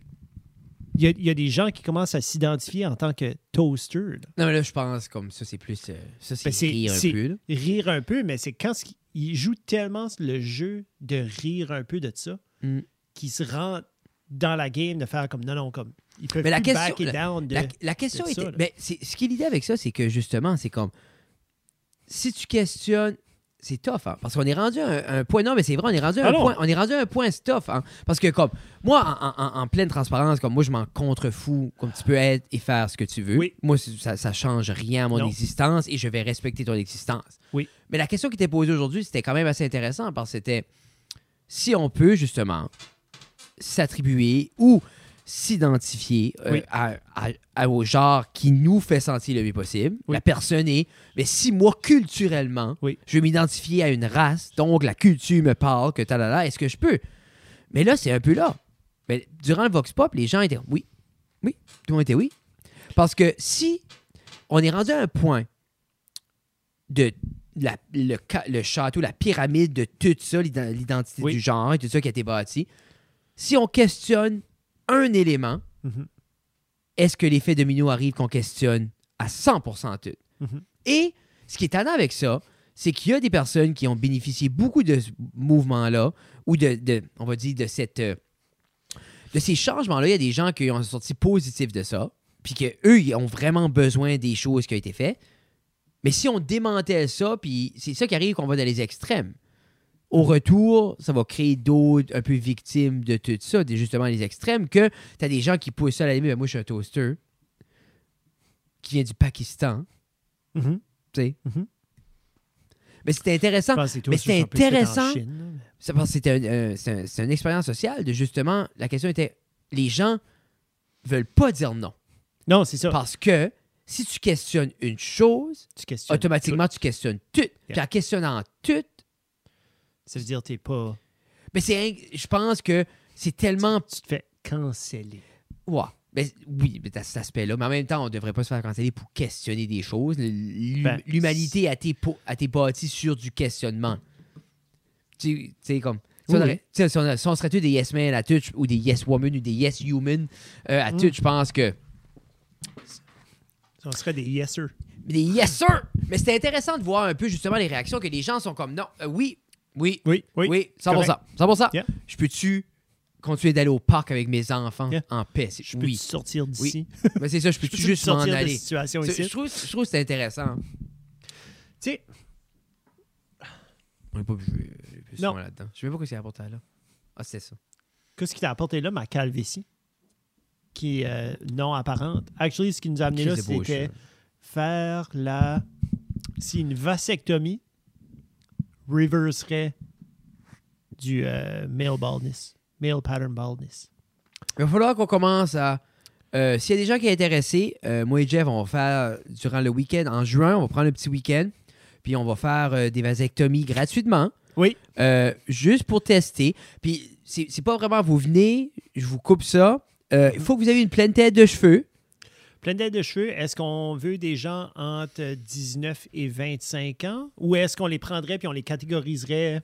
S2: Il y, a, il y a des gens qui commencent à s'identifier en tant que toaster. là.
S1: Non, mais là, je pense comme ça, c'est plus. euh, ça, c'est
S2: Ben, c'est-
S1: rire un
S2: c'est-
S1: peu. là.
S2: Rire un peu, mais c'est quand ce- ils jouent tellement le jeu de rire un peu de ça
S1: Mm.
S2: qu'ils se rendent dans la game de faire comme non, non, comme. Ils peuvent
S1: Mais la
S2: plus
S1: question-
S2: back et down. De...
S1: La, la question
S2: de ça,
S1: était.
S2: là.
S1: mais c'est- ce qui est l'idée avec ça, c'est que justement, c'est comme. Si tu questionnes. C'est tough, hein, parce qu'on est rendu à un, un point. Non, mais c'est vrai, on est rendu à un
S2: Ah non.
S1: point. On est rendu à un point, c'est tough. hein, parce que, comme, moi, en, en- en- en pleine transparence, comme moi, je m'en contrefous. Comme tu peux être et faire ce que tu veux.
S2: Oui.
S1: Moi, c'est- ça, ça change rien à mon
S2: Non.
S1: existence et je vais respecter ton existence.
S2: Oui.
S1: Mais la question qui t'est posée aujourd'hui, c'était quand même assez intéressant parce que c'était si on peut, justement, s'attribuer ou s'identifier euh,
S2: Oui.
S1: à, à- à- au genre qui nous fait sentir le mieux possible.
S2: Oui.
S1: La personne est, mais si moi, culturellement,
S2: Oui.
S1: je vais m'identifier à une race, donc la culture me parle, que talala, est-ce que je peux? Mais là, c'est un peu là. Mais durant le Vox Pop, les gens étaient oui, oui, tout le monde était oui. Parce que si on est rendu à un point de la- le, ca- le château, la pyramide de tout ça, l'ident- l'identité
S2: Oui.
S1: du genre et tout ça qui a été bâti, si on questionne un élément,
S2: Mhm.
S1: est-ce que l'effet domino arrive qu'on questionne à 100% tout?
S2: Mhm.
S1: Et ce qui est étonnant avec ça, c'est qu'il y a des personnes qui ont bénéficié beaucoup de ce mouvement-là, ou de, de- on va dire, de cette... euh, de ces changements-là, il y a des gens qui ont sorti positifs de ça, puis qu'eux, ils ont vraiment besoin des choses qui ont été faites. Mais si on démantèle ça, puis c'est ça qui arrive qu'on va dans les extrêmes. Au retour, ça va créer d'autres un peu victimes de tout ça, des- justement les extrêmes, que tu as des gens qui poussent ça à la limite. Ben, moi, je suis un toaster qui vient du Pakistan,
S2: Mhm.
S1: tu sais.
S2: Mhm.
S1: Mais c'était intéressant.
S2: Je pense que c'est
S1: mais
S2: toaster,
S1: c'est
S2: ça peut se faire en
S1: intéressant.
S2: Chine, là.
S1: Ça, parce que c'était un- un- c'est un- c'est une expérience sociale de justement, la question était, les gens veulent pas dire non.
S2: Non, c'est ça.
S1: Parce que si tu questionnes une chose,
S2: Tu questionnes.
S1: automatiquement tu questionnes tout. Puis en questionnant tout,
S2: Ça veut dire que t'es pas.
S1: mais c'est, inc- je pense que c'est tellement
S2: Tu te fais canceller.
S1: Ouais. Ben, oui, mais t'as cet aspect-là. Mais en même temps, on devrait pas se faire canceller pour questionner des choses. L'hu-
S2: Ben,
S1: L'humanité a été, po- a été bâtie sur du questionnement. Tu tu sais, comme. Si on,
S2: Oui, oui.
S1: aurait- tu sais, si on a- si on serait tous des yes men à tout, ou des yes women, ou des yes human euh, à
S2: Mm.
S1: tout, je pense que.
S2: On serait des yesers.
S1: Mais des yes sir! Mais c'était intéressant de voir un peu justement les réactions que les gens sont comme non, euh, oui, oui,
S2: Oui, oui.
S1: oui,
S2: c'est
S1: 100%.
S2: correct.
S1: 100%.
S2: Yeah.
S1: Je peux-tu continuer d'aller au parc avec mes enfants
S2: Yeah.
S1: en paix? C'est-
S2: Je peux
S1: oui.
S2: sortir d'ici.
S1: Mais c'est ça, je
S2: Je
S1: peux-tu
S2: peux
S1: juste m'en
S2: sortir de
S1: aller?
S2: cette situation
S1: C'est-
S2: ici.
S1: Je trouve, je trouve que c'est intéressant.
S2: Tu sais,
S1: On n'est pas obligé euh, plus
S2: Non.
S1: souvent là-dedans. Je sais même pas ce qu'il y a apporté là. Ah, c'est ça.
S2: qu'est-ce qui t'a apporté là, ma calvétie, qui est euh, non apparente? Actually, ce qui nous a amené là,
S1: C'est beau,
S2: c'était
S1: ça.
S2: faire la. Si une vasectomie reverserait du euh, male baldness, male pattern baldness.
S1: Il va falloir qu'on commence à. euh, S'il y a des gens qui sont intéressés, euh, moi et Jeff, on va faire euh, durant le week-end, en juin, on va prendre le petit week-end, puis on va faire euh, des vasectomies gratuitement.
S2: Oui.
S1: Euh, juste pour tester. Puis c'est c'est pas vraiment vous venez, je vous coupe ça. Euh, Il faut que vous ayez une pleine tête de cheveux.
S2: Pleine tête de cheveux, est-ce qu'on veut des gens entre 19 et 25 ans ou est-ce qu'on les prendrait puis on les catégoriserait?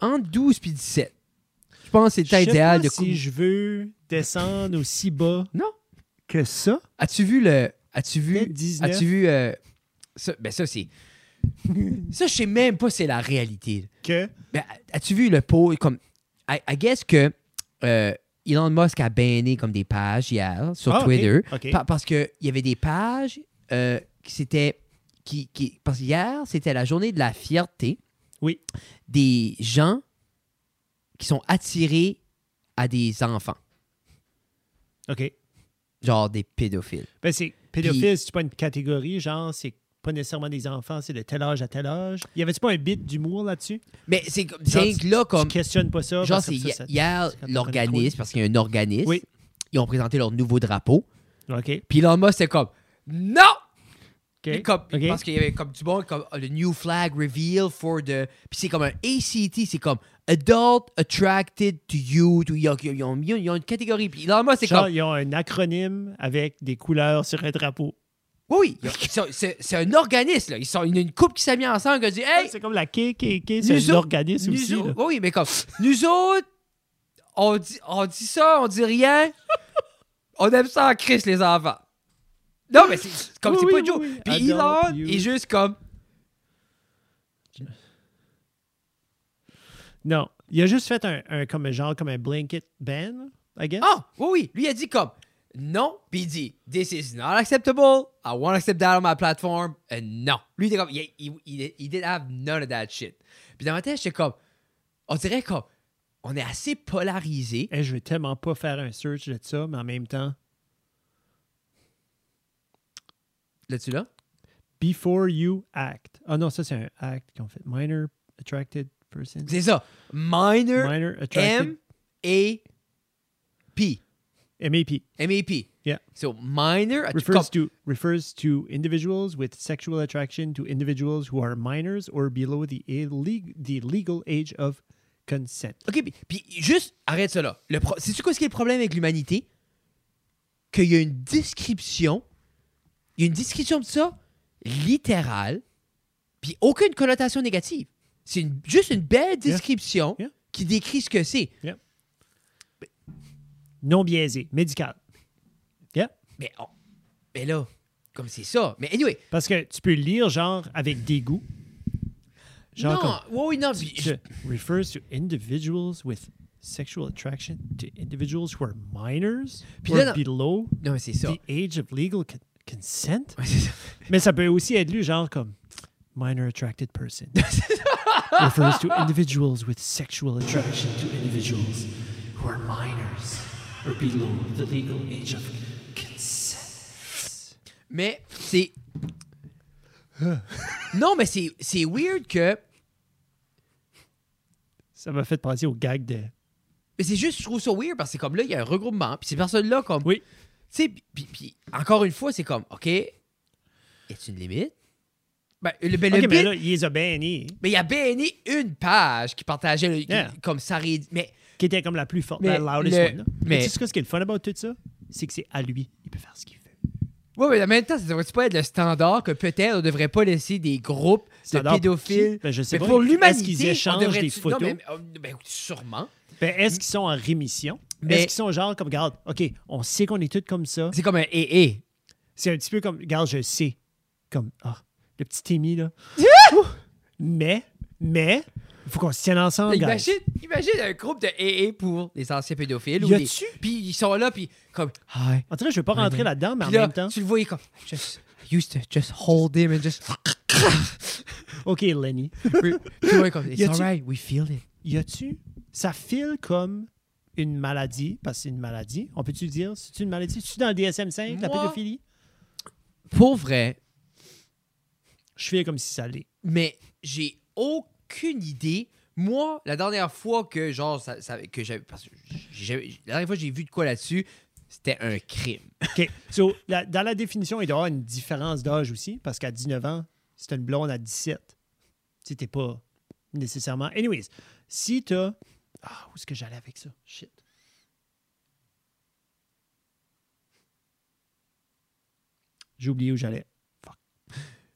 S1: Entre 12 puis 17. Je pense que c'est le
S2: Je
S1: temps
S2: sais
S1: idéal
S2: pas
S1: de couper.
S2: si je veux descendre aussi bas
S1: Non.
S2: que ça.
S1: As-tu vu le. As-tu vu.
S2: Peut-être 19.
S1: As-tu vu. euh, ça, ben ça, c'est. ça, je sais même pas si c'est la réalité.
S2: Que
S1: Ben, as-tu vu le pot. Comme, I, I guess que euh, Elon Musk a banné comme des pages hier sur
S2: Ah, ok,
S1: Twitter.
S2: ok.
S1: Pa- parce qu'il y avait des pages euh, qui c'était. Qui, qui, parce qu'hier, c'était la journée de la fierté
S2: Oui.
S1: des gens qui sont attirés à des enfants,
S2: OK.
S1: genre des pédophiles.
S2: Ben, c'est pédophile, c'est pas une catégorie, genre, c'est pas nécessairement des enfants, c'est de tel âge à tel âge. Y avait-tu pas un bit d'humour là-dessus?
S1: Mais c'est comme-
S2: Genre,
S1: c'est là
S2: Tu
S1: comme.
S2: questionnes pas ça.
S1: Genre,
S2: parce que
S1: c'est
S2: ça,
S1: hi-
S2: ça-
S1: hier,
S2: ça- ça-
S1: l'organisme, parce qu'il y a un organisme,
S2: Oui.
S1: ils ont présenté leur nouveau drapeau.
S2: OK.
S1: Puis Elon Musk, c'est comme Non!
S2: OK.
S1: Puis comme-
S2: ok.
S1: Parce qu'il y avait comme du bon, comme ah, le New Flag Reveal for the. Puis c'est comme un ACT, c'est comme Adult Attracted to Youth. ou Ils ont, ils ont mis- ils ont une catégorie. Puis normalement, c'est
S2: Genre,
S1: comme.
S2: ils ont un acronyme avec des couleurs sur un drapeau.
S1: Oui, oui, ils ont- ils sont- c'est c'est un organisme. Là. Ils sont, il y a une couple qui s'est mis ensemble qui a dit Hey,
S2: C'est comme la KKK,
S1: Nous
S2: c'est un
S1: autres-
S2: organisme
S1: nous
S2: aussi.
S1: autres-
S2: là.
S1: Oui, mais comme. Nous autres, on dit, on dit ça, on dit rien. on aime ça en Christ, les enfants. Non, mais c'est c'est comme,
S2: Oui,
S1: c'est
S2: oui,
S1: pas
S2: oui,
S1: Joe.
S2: oui.
S1: Puis
S2: Adult
S1: Elon
S2: youth.
S1: est juste comme.
S2: Non, il a juste fait un, un- comme un genre comme un blanket ban, I guess.
S1: Ah, oui, oui. Lui, il a dit comme non, puis il dit This is not acceptable. I won't accept that on my platform. And non. Lui, il était comme, il, il, il- he didn't have none of that shit. Puis dans ma tête, j'étais comme, on dirait comme, on est assez polarisé.
S2: Eh, je vais tellement pas faire un search de ça, mais en même temps,
S1: Là-dessus, là?
S2: before you act. Ah non, ça c'est un act qu'on fait. Minor attracted person.
S1: C'est ça. Minor,
S2: Minor attracted.
S1: M-A-P.
S2: MAP.
S1: M-A-P.
S2: Yeah.
S1: So, minor, comme-
S2: refers to refers to individuals with sexual attraction to individuals who are minors or below the illeg- the legal age of consent.
S1: OK, puis, puis juste, arrête ça là. Le pro- Sais-tu quoi ce qui est le problème avec l'humanité? Qu'il y a une description, il y a une description de ça littérale, puis aucune connotation négative. C'est une- juste une belle description
S2: Yeah.
S1: qui décrit ce que c'est.
S2: Non biaisé, médical. Yeah.
S1: Mais, on- mais là, comme c'est ça. Mais anyway,
S2: Parce que tu peux lire genre avec dégoût. Genre
S1: non,
S2: comme
S1: oui, oui, non, puis-
S2: tu- refers to individuals with sexual attraction to individuals who are minors
S1: Puis
S2: or
S1: là, dans-
S2: below
S1: non, mais c'est ça.
S2: the age of legal con- consent.
S1: Ouais, c'est ça.
S2: Mais ça peut aussi être lu genre comme minor attracted person. refers to individuals with sexual attraction to individuals who are minors or below the legal age of consent.
S1: Mais c'est. non, mais c'est c'est weird que.
S2: Ça m'a fait penser au gag de
S1: Mais c'est juste, je trouve ça weird parce que c'est comme là, il y a un regroupement. Puis ces personnes-là, comme.
S2: Oui.
S1: Tu sais, puis- puis puis encore une fois, c'est comme, OK, est une limite? Ben, le, ben, le
S2: OK, mais
S1: bit-
S2: là, il les a bannis,
S1: mais il y a BNI une page qui partageait le- qui-
S2: Yeah.
S1: comme ça. rid- Mais
S2: qui était comme la plus forte,
S1: Mais
S2: la loudest
S1: le-
S2: one. Là.
S1: mais-
S2: Mais tu sais ce que- ce qui est le fun about tout ça? C'est que c'est à lui. Il peut faire ce qu'il veut.
S1: ouais, mais en même temps, ça devrait pas être le standard que peut-être on devrait pas laisser des groupes
S2: Standard
S1: de
S2: pour qui?
S1: pédophiles.
S2: Ben, je sais
S1: mais
S2: pas.
S1: pour
S2: Est-ce
S1: l'humanité,
S2: qu'ils échangent
S1: on devrait-
S2: des
S1: tu- non,
S2: photos?
S1: mais- euh, ben, sûrement.
S2: Ben, est-ce qu'ils sont en rémission?
S1: Mais-
S2: Est-ce qu'ils sont genre comme, regarde, OK, on sait qu'on est tous comme ça.
S1: C'est comme un eh eh.
S2: C'est un petit peu comme, regarde, je sais. Comme, ah, le petit Timmy, là. Ouh! mais, mais, il faut qu'on se tienne ensemble, Oh, guys.
S1: Imagine, imagine un groupe de eh eh pour les anciens pédophiles.
S2: Y
S1: ou des-
S2: a-tu?
S1: Puis ils sont là, puis comme, hi,
S2: En tout cas, je ne veux pas rentrer là-dedans, mais en
S1: Puis là,
S2: même temps,
S1: tu le voyais comme just I used to just hold him and just
S2: OK, Lenny,
S1: Puis tu vois comme it's
S2: Y a-tu-
S1: alright, we feel it.
S2: y a-tu, ça file comme une maladie, parce que c'est une maladie, on peut-tu dire, c'est une maladie? Tu dans le DSM-5, la
S1: Moi-
S2: pédophilie?
S1: Pour vrai,
S2: Je file comme si ça l'est.
S1: mais j'ai aucune idée. Moi, la dernière fois que genre ça, ça- que j'avais parce que j'ai- la dernière fois que j'ai vu de quoi là-dessus, c'était un crime.
S2: OK. So, la- dans la définition, il doit y avoir une différence d'âge aussi, parce qu'à 19 ans, c'est une blonde à 17. Tu sais, t'es pas nécessairement. Anyways, si t'as. Ah, où est-ce que j'allais avec ça? Shit. J'ai oublié où j'allais.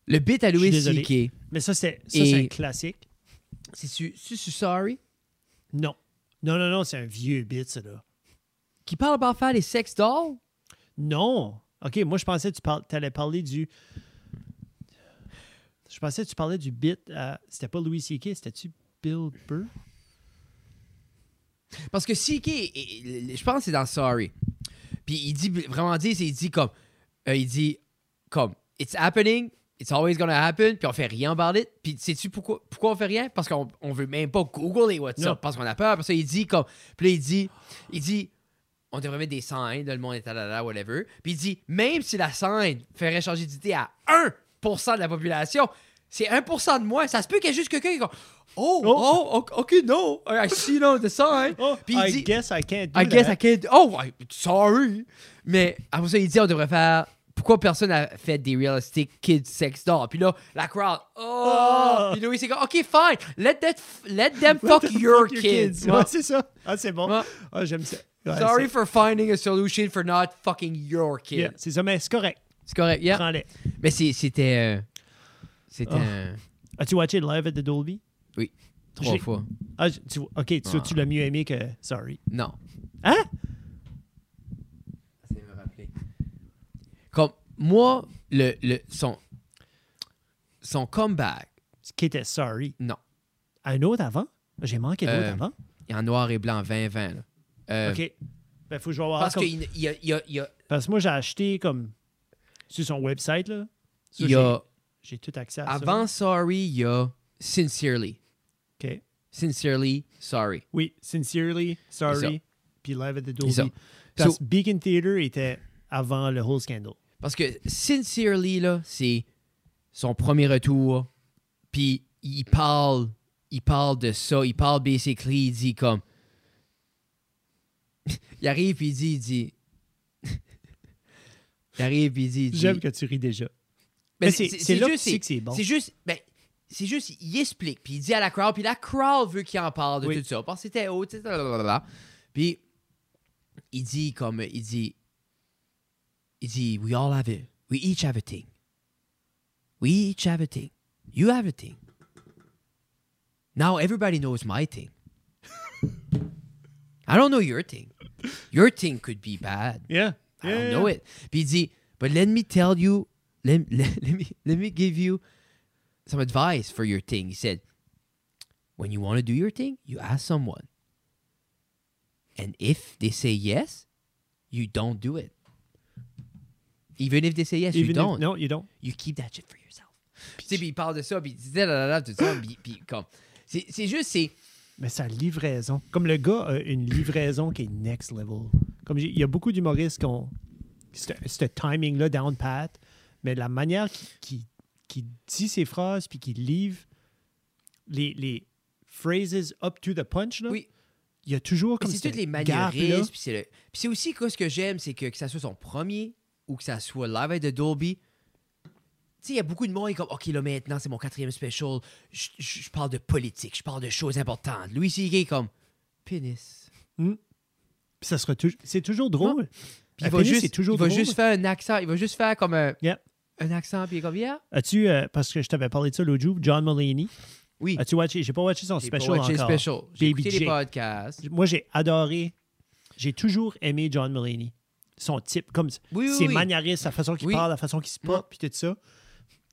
S1: Le bit à
S2: suis
S1: Louis
S2: désolé.
S1: C.K.
S2: Mais ça, c'est ça, c'est
S1: Et-
S2: un classique.
S1: C'est tu sorry
S2: Non. Non, non, non, c'est un vieux bit, ça, là.
S1: qui parle about faire les sex dolls
S2: Non. OK, moi, je pensais que tu allais parler du. Je pensais que tu parlais du bit à. C'était pas Louis C.K., c'était-tu Bill Burr?
S1: Parce que CK, est- est- je pense que c'est dans Sorry. Puis il dit vraiment dit, c'est il dit comme euh, il dit comme it's happening, it's always gonna happen, puis on fait rien about it. Puis sais-tu pourquoi pourquoi on fait rien Parce qu'on on veut même pas Google et WhatsApp
S2: Non.
S1: parce qu'on a peur. Parce qu'il dit comme puis là, il dit il dit on devrait mettre des signes, là, le monde est à la la whatever. Puis il dit même si la scène ferait changer d'idée à 1% de la population, c'est 1% de moi. Ça se peut qu'il y ait juste quelqu'un qui est comme, Oh,
S2: Oh.
S1: oh, ok, ok, no, I see no the sign. Puis il
S2: I
S1: dit-
S2: guess I can't do
S1: I guess I
S2: that.
S1: can't. Oh, I- sorry. Mais après ça, il dit on devrait faire. pour- pourquoi personne a fait des realistic kid sex doll? Puis là, la crowd, oh!
S2: Oh!
S1: Puis Louis, c'est comme, OK, fine, let, that f- let them fuck your kids.
S2: Ouais,
S1: Ouais.
S2: c'est ça. Ah, c'est bon.
S1: Ouais.
S2: Ah, j'aime ça. Ouais,
S1: Sorry
S2: c'est-
S1: for finding a solution for not fucking your kids.
S2: Yeah, c'est ça, mais c'est correct.
S1: C'est correct, yeah.
S2: Prends-les.
S1: Mais c'est- c'était. euh, c'était.
S2: Oh.
S1: euh,
S2: As-tu watché live at the Dolby?
S1: oui,
S2: Je
S1: trois
S2: l'ai-
S1: fois.
S2: Ah, je- tu, ok, tu,
S1: Ah.
S2: tu l'as mieux aimé que Sorry.
S1: Non.
S2: Hein?
S1: Essayez de me rappeler. Comme, moi, le, le, son, son comeback,
S2: Ce qui était Sorry.
S1: non.
S2: Un autre avant? J'ai manqué l'autre
S1: Euh,
S2: avant.
S1: Et en noir et blanc, 20-20. là. Euh,
S2: ok. Ben, faut que je vais voir.
S1: Parce
S2: comme-
S1: qu'il y a- il y a- il y a- il y a-
S2: parce que moi, j'ai acheté comme. Sur son website, là. Ça,
S1: il y a-
S2: j'ai- J'ai tout accès à
S1: avant Sorry, il y a Sincerely.
S2: ça. Ok.
S1: Sincerely, Sorry.
S2: Oui, Sincerely,
S1: C'est ça.
S2: Sorry, puis Live at the
S1: C'est ça.
S2: Dolby. Parce
S1: So-
S2: que Beacon Theater était avant le whole scandal.
S1: Parce que Sincerely, là, c'est son premier retour. Puis il parle, il parle de ça. Il parle basically, il dit comme. il arrive, puis il dit, il dit. il arrive, puis il dit. il dit-
S2: J'aime que tu ris déjà.
S1: Ben,
S2: Mais c'est- c'est là que tu sais que c'est bon.
S1: C'est juste. ben, c'est juste, il explique, puis il dit à la crowd, puis la crowd veut qu'il en parle de
S2: Oui.
S1: tout ça, parce que c'était haut, tu sais, blablabla. Puis, il dit comme, il dit, il dit, we all have it, we each have a thing. We each have a thing. You have a thing. Now everybody knows my thing. I don't know your thing. Your thing could be bad.
S2: Yeah.
S1: I don't know it. Puis il dit, but let me tell you, let, let, let me, let me give you some advice for your thing. He said, when you want to do your thing, you ask someone. And if they say yes, you don't do it. Even if they say yes, you don't.
S2: No, you don't.
S1: You keep that shit for yourself. Puis, tu sais, puis il parle de ça, puis il dit, là, tout ça, puis, puis comme. C'est c'est juste, c'est.
S2: Mais sa livraison. Comme le gars a une livraison qui est next level. Comme j'ai- il y a beaucoup d'humoristes qui ont ce ce timing-là down pat, mais la manière qui, qui, dit ses phrases puis qui livre les, les phrases up to the punch, là,
S1: Oui.
S2: il y a toujours
S1: Puis
S2: comme
S1: c'est toutes
S2: cette
S1: les
S2: gap-là.
S1: maniérismes. Puis c'est le- puis c'est aussi quoi, ce que j'aime, c'est que, que ça soit son premier ou que ça soit live de Dolby. Tu sais, il y a beaucoup de monde qui est comme, OK, là, maintenant, c'est mon quatrième special. Je, je- je parle de politique, je parle de choses importantes. Louis C.K. est comme, pénis.
S2: Puis ça sera tou- c'est toujours drôle.
S1: Puis
S2: Un
S1: il va,
S2: pénis,
S1: juste,
S2: c'est toujours
S1: il va
S2: drôle.
S1: juste faire un accent. Il va juste faire comme un,
S2: Yeah.
S1: un accent, puis il est comme, yeah.
S2: As-tu, euh, parce que je t'avais parlé de ça l'autre jour, John Mulaney,
S1: Oui.
S2: as-tu watché, j'ai Ah, pas watché son
S1: J'ai pas
S2: special
S1: watché le
S2: encore.
S1: special. J'ai
S2: Baby
S1: écouté les
S2: Jake.
S1: podcasts.
S2: Moi, j'ai adoré, j'ai toujours aimé John Mulaney. Son type, comme
S1: Oui, oui,
S2: ses
S1: oui.
S2: maniérismes, sa façon qu'il
S1: Oui.
S2: parle, la façon qu'il se porte, puis tout ça.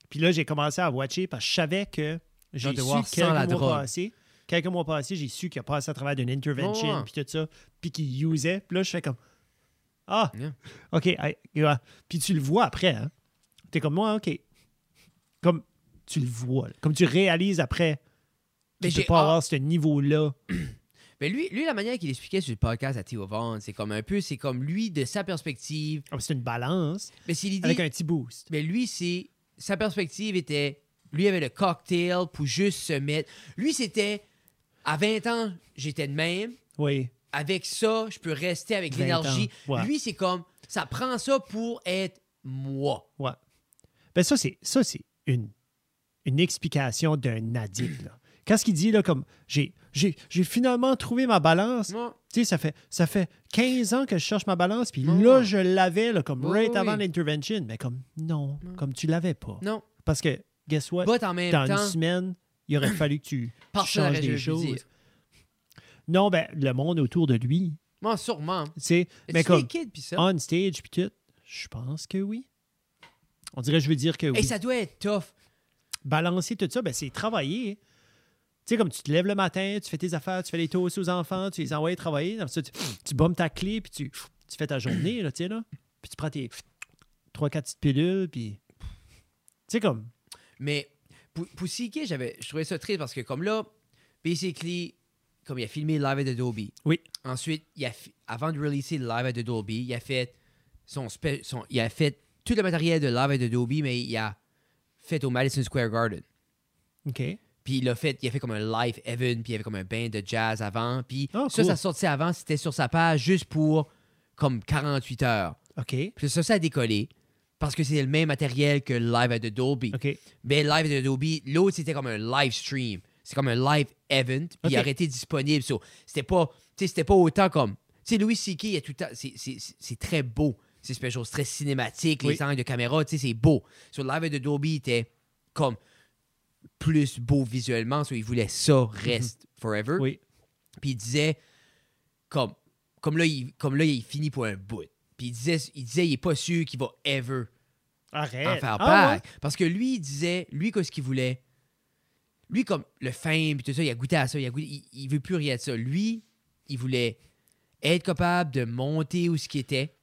S2: Puis là, j'ai commencé à watcher parce que je savais que j'ai
S1: Genre de
S2: su
S1: voir sans
S2: quelques
S1: la
S2: mois
S1: drogue.
S2: passés, quelques mois passés, j'ai su qu'il a passé à travers d'une
S1: Ouais, ouais.
S2: intervention, puis tout ça, puis qu'il usait. Puis là, je fais comme, ah,
S1: Yeah.
S2: OK. I- ouais. Puis tu le vois après. Hein? T'es comme moi, OK. Comme tu le vois. là. Comme tu réalises après.
S1: Mais
S2: Tu peux
S1: j'ai
S2: pas
S1: hâte.
S2: avoir ce niveau-là.
S1: Mais lui, lui, la manière qu'il expliquait sur le podcast à Theo Vaughn, c'est comme un peu, c'est comme lui, de sa perspective.
S2: Ah, C'est une balance
S1: Mais s'il dit,
S2: avec un petit boost.
S1: Mais lui, c'est. Sa perspective était. Lui avait le cocktail pour juste se mettre. Lui, c'était. À 20 ans, j'étais de même.
S2: Oui.
S1: Avec ça, je peux rester avec
S2: 20
S1: l'énergie.
S2: ans, ouais.
S1: Lui, c'est comme. Ça prend ça pour être moi.
S2: Ouais. Ben ça, c'est ça, c'est une, une explication d'un addict. là. Quand ce qu'il dit, là, comme j'ai, j'ai, j'ai finalement trouvé ma balance.
S1: Moi,
S2: Tu sais, ça fait, ça fait 15 ans que je cherche ma balance, puis
S1: Ouais,
S2: là,
S1: ouais.
S2: je l'avais, là, comme
S1: Ouais,
S2: right
S1: ouais,
S2: avant
S1: oui.
S2: l'intervention. Mais comme, non,
S1: Ouais.
S2: comme tu l'avais pas.
S1: non.
S2: Parce que, guess what?
S1: But en même
S2: dans
S1: temps,
S2: une semaine, il aurait fallu que tu
S1: personne
S2: changes
S1: n'aurait jamais
S2: des
S1: pu
S2: choses.
S1: dire.
S2: Non, ben, le monde autour de lui,
S1: Moi, sûrement.
S2: tu sais, mais
S1: Mais
S2: comme
S1: kids, pis ça.
S2: on stage, puis tout, je pense que oui. On dirait, je veux dire que oui.
S1: Et ça doit être tough.
S2: Balancer tout ça, ben, c'est travailler. Tu sais, comme tu te lèves le matin, tu fais tes affaires, tu fais les toasts aux enfants, tu les envoies travailler, après ça, tu, tu bombes ta clé, puis tu, tu fais ta journée, là, tu sais, là. Puis tu prends tes 3-4 petites pilules, puis... Tu sais, comme...
S1: Mais pour, pour CK, j'avais, je trouvais ça triste parce que comme là, basically, comme il a filmé Live at Adobe.
S2: Oui.
S1: Ensuite, il a fi- avant de releaser Live at Adobe, il a fait son, spé- son- il a fait tout le matériel de Live at Adobe, mais il a fait au Madison Square Garden.
S2: OK.
S1: Puis il a fait, il a fait comme un live Evan, puis il y avait comme un bain de jazz avant. Puis
S2: Ah,
S1: ça,
S2: cool.
S1: ça sortait avant, c'était sur sa page juste pour comme 48 heures.
S2: OK.
S1: Puis ça, ça a décollé. parce que c'est le même matériel que Live at Adobe.
S2: OK.
S1: Mais Ben, Live at Adobe, l'autre, c'était comme un live stream. C'est comme un live event, puis il
S2: Ok.
S1: aurait été disponible. So, c'était pas, tu sais, c'était pas autant comme... Tu sais, Louis C.K., il y a tout le temps- c'est- c'est c'est très beau, ces specials, c'est très cinématique,
S2: Oui.
S1: les angles de caméra, tu sais, c'est beau. Sur Live at Adobe, il était comme plus beau visuellement, so, il voulait ça reste forever.
S2: Mhm. Oui.
S1: Puis il disait, comme, comme, là, il, comme là, il finit pour un bout. Puis il disait, il disait, il est pas sûr qu'il va ever
S2: Arrête.
S1: en faire part.
S2: Ah, ouais?
S1: Parce que lui, il disait, lui, qu'est-ce qu'il voulait? Lui, comme le fame, puis tout ça, il a goûté à ça, il, a goûté- il, il veut plus rien de ça. Lui, il voulait être capable de monter où ce qu'il était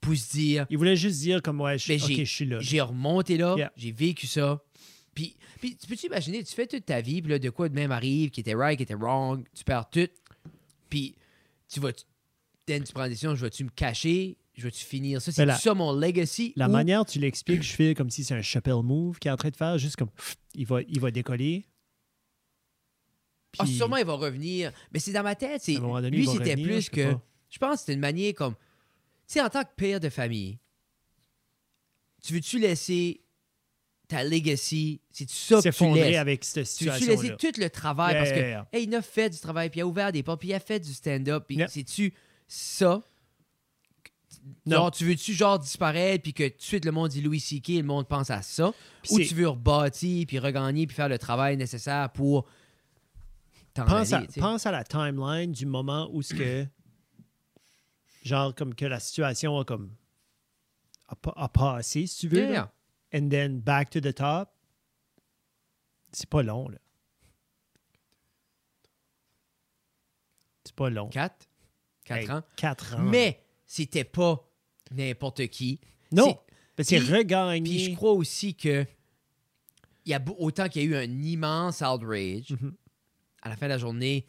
S1: pour se dire,
S2: Il voulait juste dire comme ouais, je,
S1: Mais
S2: ok,
S1: Ben, j'ai-
S2: je suis là.
S1: j'ai remonté là,
S2: Yeah.
S1: j'ai vécu ça. Puis, puis tu peux-tu imaginer, tu fais toute ta vie, puis là, de quoi de même arrive, qui était right, qui était wrong, tu perds tout. Puis tu vas, Dan, tu prends la décision, je vais-tu me cacher, je vais-tu finir ça, c'est
S2: Ben la-
S1: ça mon legacy.
S2: La
S1: ou-
S2: manière tu l'expliques, je fais comme si c'est un chapelle move qu'il est en train de faire, juste comme pff, il va, il va décoller.
S1: Ah,
S2: Puis,
S1: sûrement, il va revenir. Mais c'est dans ma tête. C'est...
S2: à un moment donné,
S1: Lui,
S2: il va
S1: c'était
S2: revenir,
S1: plus
S2: je sais
S1: que.
S2: pas.
S1: Je pense que c'était une manière comme. Tu sais, en tant que père de famille, tu veux-tu laisser ta legacy, c'est ça que tu
S2: s'effondrer
S1: laisses?
S2: avec cette
S1: Tu veux-tu laisser
S2: situation-là.
S1: tout le travail
S2: Yeah,
S1: parce que,
S2: yeah, yeah.
S1: hey, il a fait du travail, puis il a ouvert des portes, puis il a fait du stand-up, puis
S2: Yeah.
S1: c'est-tu ça?
S2: Non.
S1: Genre, tu veux-tu genre disparaître, puis que tout de suite le monde dit Louis C.K., le monde pense à ça?
S2: Puis
S1: ou
S2: c'est-
S1: tu veux rebâtir, puis regagner, puis faire le travail nécessaire pour t'en
S2: pense,
S1: aller?
S2: à,
S1: tu sais?
S2: pense à la timeline du moment où ce que genre comme que la situation a comme a, pa- a passé si tu veux
S1: Yeah,
S2: là.
S1: yeah.
S2: and then back to the top c'est pas long là c'est pas long
S1: 4 4
S2: Hey, Ah
S1: ans.
S2: quatre ans
S1: Mais c'était pas n'importe qui.
S2: non parce que
S1: Puis-
S2: regagner
S1: Puis je crois aussi que il y a beau- autant qu'il y a eu un immense outrage
S2: Mhm.
S1: à la fin de la journée,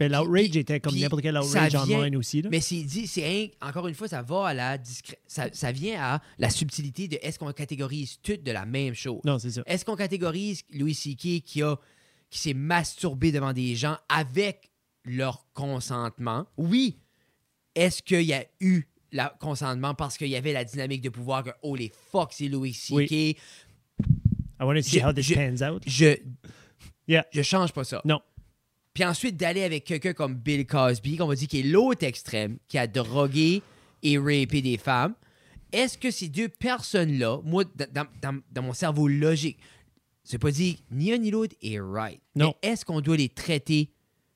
S2: mais l'outrage
S1: puis-
S2: était comme
S1: puis
S2: n'importe quel
S1: ça
S2: outrage
S1: vient-
S2: online aussi là.
S1: mais c'est dit, c'est inc- encore une fois, ça va à la discré- ça, ça vient à la subtilité de est-ce qu'on catégorise toutes de la même chose.
S2: non c'est ça
S1: Est-ce qu'on catégorise Louis C.K. qui a qui s'est masturbé devant des gens avec leur consentement? Oui. Est-ce qu'il y a eu le consentement parce qu'il y avait la dynamique de pouvoir que oh les fuck, c'est Louis C.K.
S2: Oui. I want to see
S1: je-
S2: how this
S1: je-
S2: pans out
S1: Je
S2: Yeah.
S1: je change pas ça.
S2: non
S1: Puis ensuite d'aller avec quelqu'un comme Bill Cosby, qu'on va dire qui est l'autre extrême, qui a drogué et rapé des femmes. Est-ce que ces deux personnes-là, moi, d- dans, dans- dans mon cerveau logique, c'est pas dit ni un ni l'autre est right.
S2: Non.
S1: Mais est-ce qu'on doit les traiter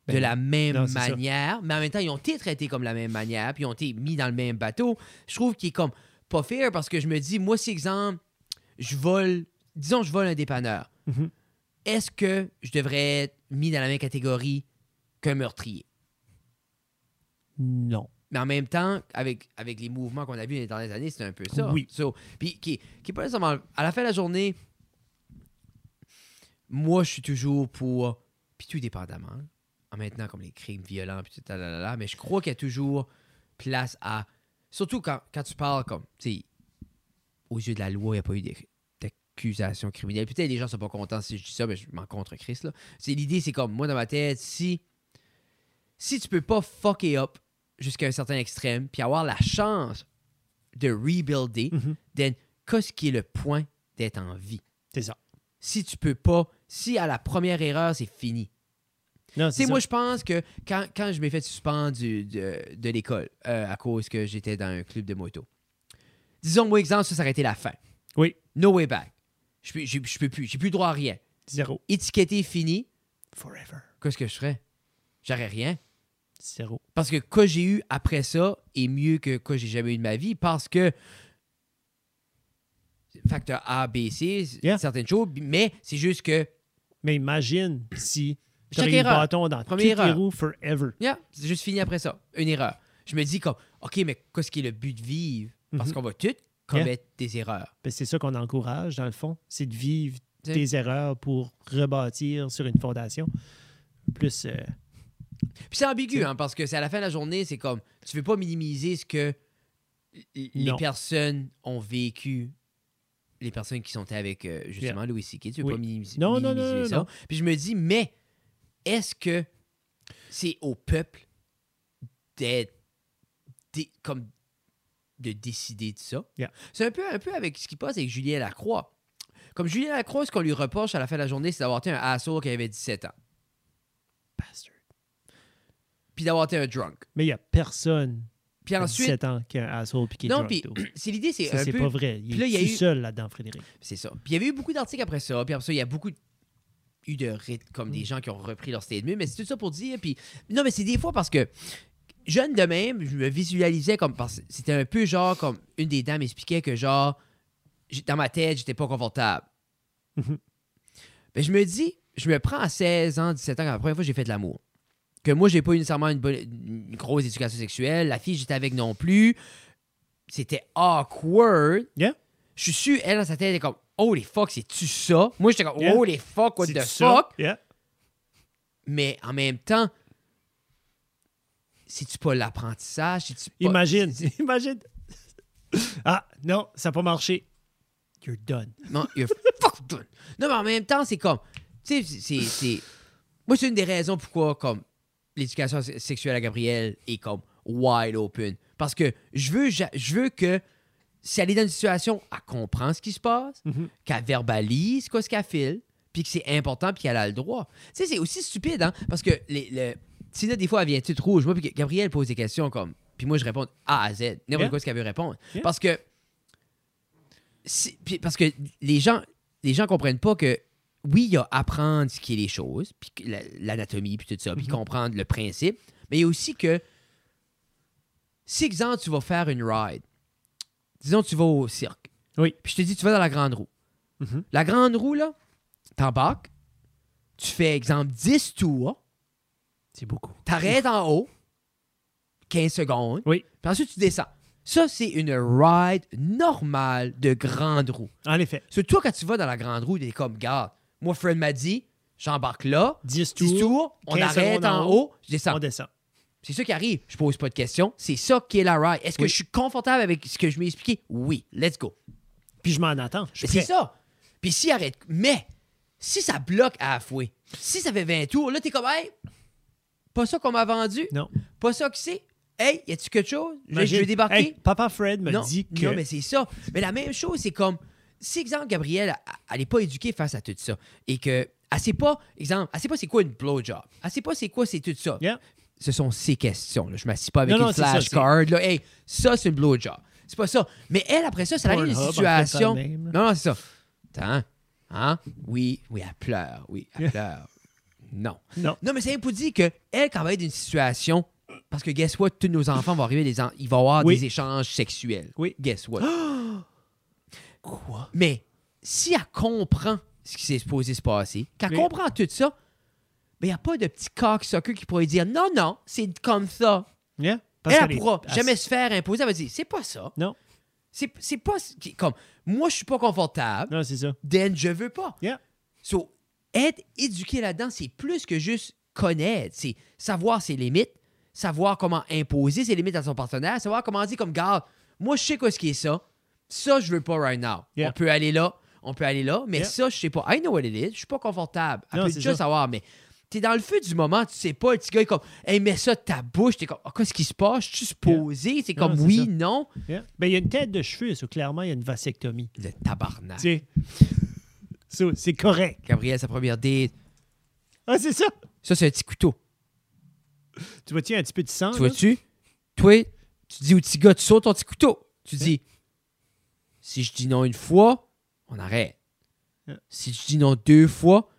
S1: de
S2: Ben,
S1: la même
S2: non, c'est ça.
S1: manière, mais en même temps, ils ont été traités comme la même manière, puis ils ont été mis dans le même bateau. Je trouve qu'il est comme pas fair parce que je me dis, moi, si exemple, je vole, disons, je vole un dépanneur
S2: Mhm.
S1: est-ce que je devrais être mis dans la même catégorie qu'un meurtrier?
S2: non
S1: Mais en même temps, avec, avec les mouvements qu'on a vus dans les dernières années, c'est un peu ça.
S2: Oui.
S1: So, puis qui, qui est pas nécessairement- À la fin de la journée, moi, je suis toujours pour. Puis tout dépendamment. hein, En maintenant, comme les crimes violents, puis tout, talalala, mais je crois qu'il y a toujours place à. Surtout quand, quand tu parles comme. Tu sais, aux yeux de la loi, il n'y a pas eu d'ac- d'accusation criminelle. Peut-être les gens sont pas contents si je dis ça, mais je m'en contre Chris. là. C'est- L'idée, c'est comme, moi, dans ma tête, si. Si tu peux pas fucker up jusqu'à un certain extrême, puis avoir la chance de rebuilder,
S2: Mhm.
S1: then, qu'est-ce qui est le point d'être en vie?
S2: c'est ça
S1: Si tu peux pas, si à la première erreur, c'est fini.
S2: non
S1: Tu sais,
S2: c'est
S1: moi,
S2: ça
S1: je pense que quand, quand je m'ai fait suspendre du- de, de l'école euh, à cause que j'étais dans un club de moto, disons, moi, exemple, ça, ça aurait été la fin.
S2: oui
S1: No way back. Je peux, je, je peux plus, j'ai plus droit à rien.
S2: zéro
S1: Étiqueté fini,
S2: forever
S1: qu'est-ce que je ferais? J'aurais rien.
S2: zéro
S1: Parce que quoi j'ai eu après ça est mieux que quoi j'ai jamais eu de ma vie parce que facteur A, B, C, c-
S2: Yeah.
S1: certaines choses, mais c'est juste que
S2: Mais imagine si
S1: Chaque
S2: j'avais eu le
S1: erreur.
S2: bâton dans
S1: Première
S2: toutes les
S1: erreur.
S2: roues forever.
S1: yeah, c'est juste fini après ça, une erreur. Je me dis comme OK, mais qu'est-ce qui est le but de vivre parce
S2: Mhm.
S1: qu'on va tous commettre des erreurs.
S2: Ben, c'est ça qu'on encourage, dans le fond, c'est de vivre
S1: C'est-
S2: des erreurs pour rebâtir sur une fondation. Plus, euh,
S1: Puis c'est ambigu
S2: C'est-
S1: hein, parce que c'est à la fin de la journée, c'est comme tu veux pas minimiser ce que l- les
S2: Non.
S1: personnes ont vécu les personnes qui sont avec euh, justement Louis C.K. Tu veux
S2: Oui.
S1: pas minimiser,
S2: Non, non, non,
S1: minimiser
S2: non,
S1: ça.
S2: non.
S1: Puis je me dis, mais est-ce que c'est au peuple d'être dé- comme de décider de ça.
S2: Yeah.
S1: C'est un peu, un peu avec ce qui passe avec Julien Lacroix. Comme Julien Lacroix, ce qu'on lui reproche à la fin de la journée, c'est d'avoir été un asshole qui avait 17 ans.
S2: Bastard.
S1: Puis d'avoir été un drunk.
S2: Mais il n'y a personne
S1: Puis
S2: à
S1: ensuite,
S2: 17 ans qui a un asshole puis qui est
S1: Non,
S2: drunk,
S1: puis-
S2: though.
S1: c'est l'idée, c'est
S2: Ça,
S1: un
S2: c'est
S1: peu.
S2: pas vrai. Il
S1: Puis là, il y
S2: est
S1: a
S2: tout
S1: eu-
S2: seul là-dedans, Frédéric.
S1: C'est ça. Puis il y avait eu beaucoup d'articles après ça. Puis après ça, il y a beaucoup de- eu de ryth- comme
S2: Mm.
S1: des gens qui ont repris leur statement. Mais c'est tout ça pour dire. Puis non, mais c'est des fois parce que jeune de même, je me visualisais comme parce c'était un peu genre comme une des dames expliquait que genre j'- dans ma tête, j'étais pas confortable.
S2: Mhm.
S1: Mais je me dis, je me prends à 16 ans, 17 ans, quand la première fois que j'ai fait de l'amour. Que moi, j'ai pas eu nécessairement une, bonne- une grosse éducation sexuelle. La fille, que j'étais avec non plus. C'était awkward.
S2: Yeah.
S1: Je suis sûr, elle, dans sa tête, elle est comme, oh les fuck, c'est-tu ça? Moi, j'étais comme,
S2: Yeah.
S1: oh les fuck, what
S2: C'est
S1: the fuck?
S2: ça. Yeah.
S1: Mais en même temps, c'est-tu pas l'apprentissage? C'est-tu pas-
S2: Imagine, imagine. Ah, non, ça n'a pas marché. You're done.
S1: Non, you're fuck done. Non, mais en même temps, c'est comme. Tu sais, c'est- c'est- c'est. Moi, c'est une des raisons pourquoi, comme, l'éducation se- sexuelle à Gabriel est comme wide open. Parce que je veux, ja- je veux que si elle est dans une situation, elle comprend ce qui se passe,
S2: Mhm.
S1: qu'elle verbalise quoi ce qu'elle file, puis que c'est important, puis qu'elle a le droit. Tu sais, c'est aussi stupide, hein? Parce que les, le... Tina, des fois, elle vient tout rouge. Moi, puis Gabriel pose des questions comme. Puis moi, je réponds A à Z. N'importe
S2: Yeah.
S1: quoi ce qu'elle veut répondre.
S2: Yeah.
S1: Parce que. si- puis parce que les gens les gens comprennent pas que oui, il y a apprendre ce qui est les choses, puis que la- l'anatomie, puis tout ça, puis
S2: Mhm.
S1: comprendre le principe, mais il y a aussi que si, exemple, tu vas faire une ride, disons, tu vas au cirque,
S2: Oui.
S1: puis je te dis, tu vas dans la grande roue.
S2: Mhm.
S1: La grande roue, là, t'embarques, tu fais, exemple, 10 tours,
S2: C'est beaucoup.
S1: t'arrêtes en haut, 15 secondes,
S2: Oui.
S1: puis ensuite, tu descends. Ça, c'est une ride normale de grande roue.
S2: En effet,
S1: Surtout toi, quand tu vas dans la grande roue, t'es comme, garde, moi, Fred m'a dit, j'embarque là, 10
S2: 10 tours,
S1: tours, on
S2: 15
S1: arrête
S2: secondes
S1: en
S2: en
S1: haut, je
S2: on
S1: descends.
S2: descend.
S1: C'est ça qui arrive. Je pose pas de questions. C'est ça qui est la ride. Est-ce que
S2: Oui.
S1: je suis confortable avec ce que je m'ai expliqué? Oui, let's go.
S2: Puis je m'en attends. Je suis
S1: C'est
S2: prêt.
S1: ça. Puis si arrête, mais si ça bloque à la fouet, si ça fait 20 tours, là, t'es comme, hey, pas ça qu'on m'a vendu,
S2: Non.
S1: pas ça que c'est. Hey, y a-tu quelque chose? Je- Je
S2: Imagine,
S1: vais débarquer.
S2: hey, papa Fred me
S1: non,
S2: dit que.
S1: non, mais c'est ça. Mais la même chose, c'est comme si, exemple, Gabrielle, elle- elle n'est pas éduquée face à tout ça et que elle sait pas, exemple, elle sait pas c'est quoi une blowjob. Elle sait pas c'est quoi c'est tout ça.
S2: Yeah.
S1: Ce sont ces questions. Là. Je m'assis pas avec
S2: Non, non,
S1: une
S2: c'est ça,
S1: flashcard. là. Hey, ça, c'est une blowjob. C'est pas ça. Mais elle, après ça, ça arrive une
S2: Pornhub, en fait,
S1: situation.
S2: ça le même.
S1: non, non, c'est ça. Attends. Hein? Oui, oui, elle pleure. Oui, elle pleure. Non.
S2: Non.
S1: Non, mais c'est pour dire que elle, quand elle va être dans une situation, parce que guess what, tous nos enfants vont arriver, les en- il va y avoir
S2: Oui.
S1: des échanges sexuels.
S2: Oui.
S1: Guess what.
S2: Quoi?
S1: mais si elle comprend ce qui s'est supposé se passer, qu'elle
S2: Oui.
S1: comprend tout ça, il n'y a pas de petit cocksucker qui pourrait dire non, non, c'est comme ça.
S2: Yeah. Parce
S1: elle
S2: qu'elle
S1: ne
S2: est-
S1: pourra
S2: elle-
S1: jamais se faire imposer. Elle va dire c'est pas ça.
S2: Non.
S1: C'est c'est pas ce qui- comme moi, je suis pas confortable.
S2: Non, c'est ça.
S1: Then je veux pas.
S2: Yeah.
S1: So, être éduqué là-dedans, c'est plus que juste connaître. C'est savoir ses limites, savoir comment imposer ses limites à son partenaire, savoir comment dire comme garde, moi je sais quoi ce qui est ça. Ça, je veux pas right now.
S2: Yeah.
S1: On peut aller là, on peut aller là, mais
S2: Yeah.
S1: ça, je sais pas. I know what it is. Je suis pas confortable. Elle
S2: Non,
S1: peut
S2: c'est
S1: déjà
S2: ça.
S1: savoir, mais t'es dans le feu du moment, tu sais pas, le petit gars est comme Hey, mets ça de ta bouche, t'es comme Ah, qu'est-ce qui se passe? Je suis supposé, c'est
S2: Non,
S1: comme
S2: c'est
S1: oui,
S2: ça.
S1: non.
S2: Yeah. Ben, il y a une tête de cheveux, ça. Clairement, il y a une vasectomie.
S1: Le tabarnak.
S2: Tu sais. Ça, c'est correct.
S1: Gabriel, sa première date.
S2: Ah, c'est ça.
S1: Ça, c'est un petit couteau.
S2: Tu vois-tu un petit peu de sang?
S1: Tu
S2: là?
S1: vois-tu? Toi, tu dis au petit gars, tu sautes ton petit couteau. Tu dis, si je dis non une fois, on arrête.
S2: Yeah.
S1: Si je dis non deux fois,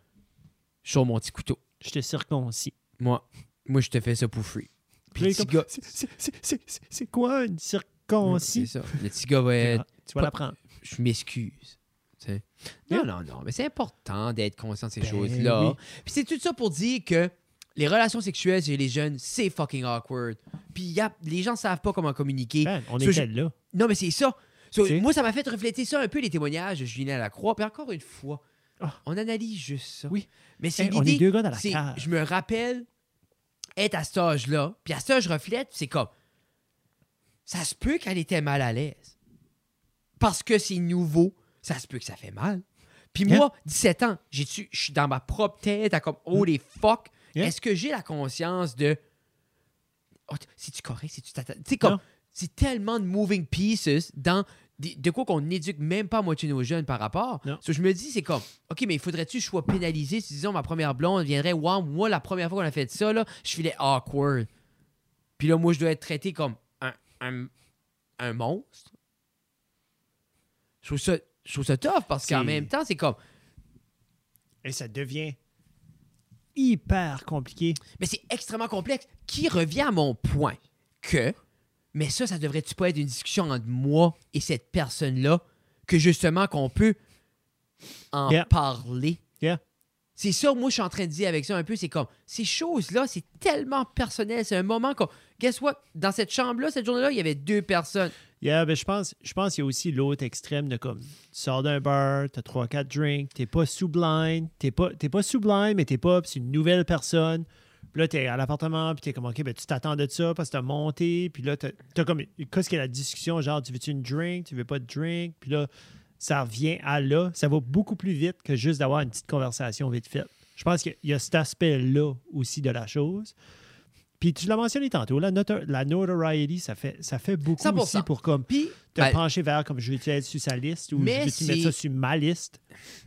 S1: je sors mon petit couteau.
S2: Je te circoncis.
S1: Moi, moi, je te fais ça pour free. Puis le
S2: Là, il est
S1: petit
S2: comme,
S1: gars.
S2: C'est- c'est- c'est- c'est- c'est- C'est quoi une
S1: C'est
S2: circoncis?
S1: ça. Le petit gars va être,
S2: Ah, Tu vas l'apprendre.
S1: je m'excuse. Tu sais. Non,
S2: Yeah.
S1: non, non, mais c'est important d'être conscient de ces
S2: Ben
S1: choses-là.
S2: oui.
S1: Puis c'est tout ça pour dire que les relations sexuelles chez les jeunes, c'est fucking awkward. Puis y a- les gens savent pas comment communiquer.
S2: Ben, on
S1: Ce
S2: était là.
S1: Non, mais c'est ça. So,
S2: Tu sais?
S1: moi, ça m'a fait refléter ça un peu, les témoignages de Julien Lacroix. Puis encore une fois,
S2: Ah.
S1: on analyse juste ça.
S2: Oui.
S1: Mais c'est
S2: Hey, on est
S1: l'idée,
S2: deux gars dans la
S1: c'est-
S2: cave.
S1: Je me rappelle être à cet âge-là. Puis à cet âge, je reflète, c'est comme... Ça se peut qu'elle était mal à l'aise. Parce que c'est nouveau. Ça se peut que ça fait mal. Puis
S2: Yeah.
S1: moi, 17 ans, j'ai tu- je suis dans ma propre tête à comme, oh les fuck.
S2: Mm. Yeah.
S1: Est-ce que j'ai la conscience de. Oh, t- c'est-tu correct? C'est-tu t'attends? Tu sais, comme,
S2: Non.
S1: C'est tellement de moving pieces dans des- de quoi qu'on n'éduque même pas à moitié nos jeunes par rapport.
S2: Non.
S1: So, je me dis, c'est comme, OK, mais faudrait-tu que je sois pénalisé si, disons, ma première blonde viendrait, wow, moi, la première fois qu'on a fait ça, là, je filais awkward. Puis là, moi, je dois être traité comme un, un, un monstre. Je trouve ça, je trouve ça tough parce qu'en
S2: C'est-
S1: même temps, c'est comme,
S2: Et ça devient hyper compliqué.
S1: Mais c'est extrêmement complexe. Qui revient à mon point que, mais ça, ça devrait-tu pas être une discussion entre moi et cette personne-là que justement qu'on peut en
S2: Yeah.
S1: parler?
S2: Yeah.
S1: C'est ça, moi, je suis en train de dire avec ça un peu, c'est comme, ces choses-là, c'est tellement personnel. C'est un moment qu'on. Guess what? Dans cette chambre-là, cette journée-là, il y avait deux personnes.
S2: Yeah, ben, je pense je pense qu'il y a aussi l'autre extrême de comme tu sors d'un bar, t'as 3 4 drinks, t'es pas sous blind, t'es pas t'es pas sous blind mais t'es pas puis c'est une nouvelle personne. Puis là t'es à l'appartement, puis t'es comme OK, ben tu t'attends de ça parce que t'as monté, puis là t'as t'as comme qu'est-ce qu'il y a la discussion genre tu veux tu une drink, tu veux pas de drink, puis là ça revient à là, ça va beaucoup plus vite que juste d'avoir une petite conversation vite faite. Je pense qu'il y a cet aspect-là aussi de la chose. Puis tu l'as mentionné tantôt, la, noto- la notoriety, ça fait, ça fait beaucoup
S1: 100%.
S2: aussi pour comme
S1: Puis,
S2: te
S1: ben,
S2: pencher vers comme je vais-tu être sur sa liste ou
S1: Mais
S2: je vais-tu
S1: c'est-
S2: mettre ça sur ma liste.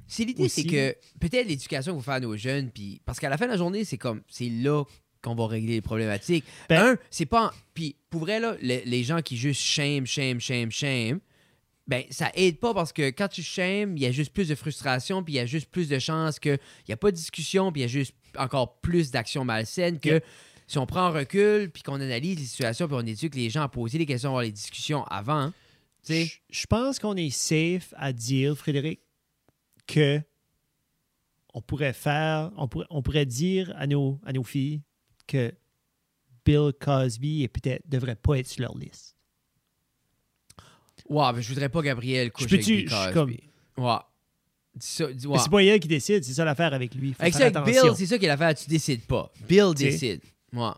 S1: C'est l'idée, c'est
S2: aussi.
S1: que peut-être l'éducation qu'on va faire à nos jeunes, puis parce qu'à la fin de la journée, c'est comme c'est là qu'on va régler les problématiques.
S2: Ben-
S1: Un, c'est pas en- puis pour vrai là, le- les gens qui juste shame, shame, shame, shame, ben ça aide pas parce que quand tu shames, il y a juste plus de frustration, puis il y a juste plus de chances que il y a pas de discussion, puis il y a juste encore plus d'actions malsaines que
S2: Yeah.
S1: si on prend un recul, puis qu'on analyse les situations, puis on éduque les gens à poser des questions, avoir les discussions avant. Tu sais,
S2: Je je pense qu'on est safe à dire, Frédéric, que on pourrait faire, on pourrait, on pourrait dire à nos, à nos filles que Bill Cosby et peut-être devrait pas être sur leur liste.
S1: Wow, mais je voudrais pas Gabriel couche
S2: Je
S1: avec
S2: peux-tu-
S1: Bill
S2: je suis
S1: Cosby. Ouais. Dis ça, dis- ouais.
S2: Mais C'est pas elle qui décide, c'est ça l'affaire avec lui. Faut
S1: Avec ça,
S2: faire
S1: avec Bill,
S2: attention.
S1: c'est ça qui est l'affaire. Tu décides pas. Bill
S2: Tu sais.
S1: décide. Ouais.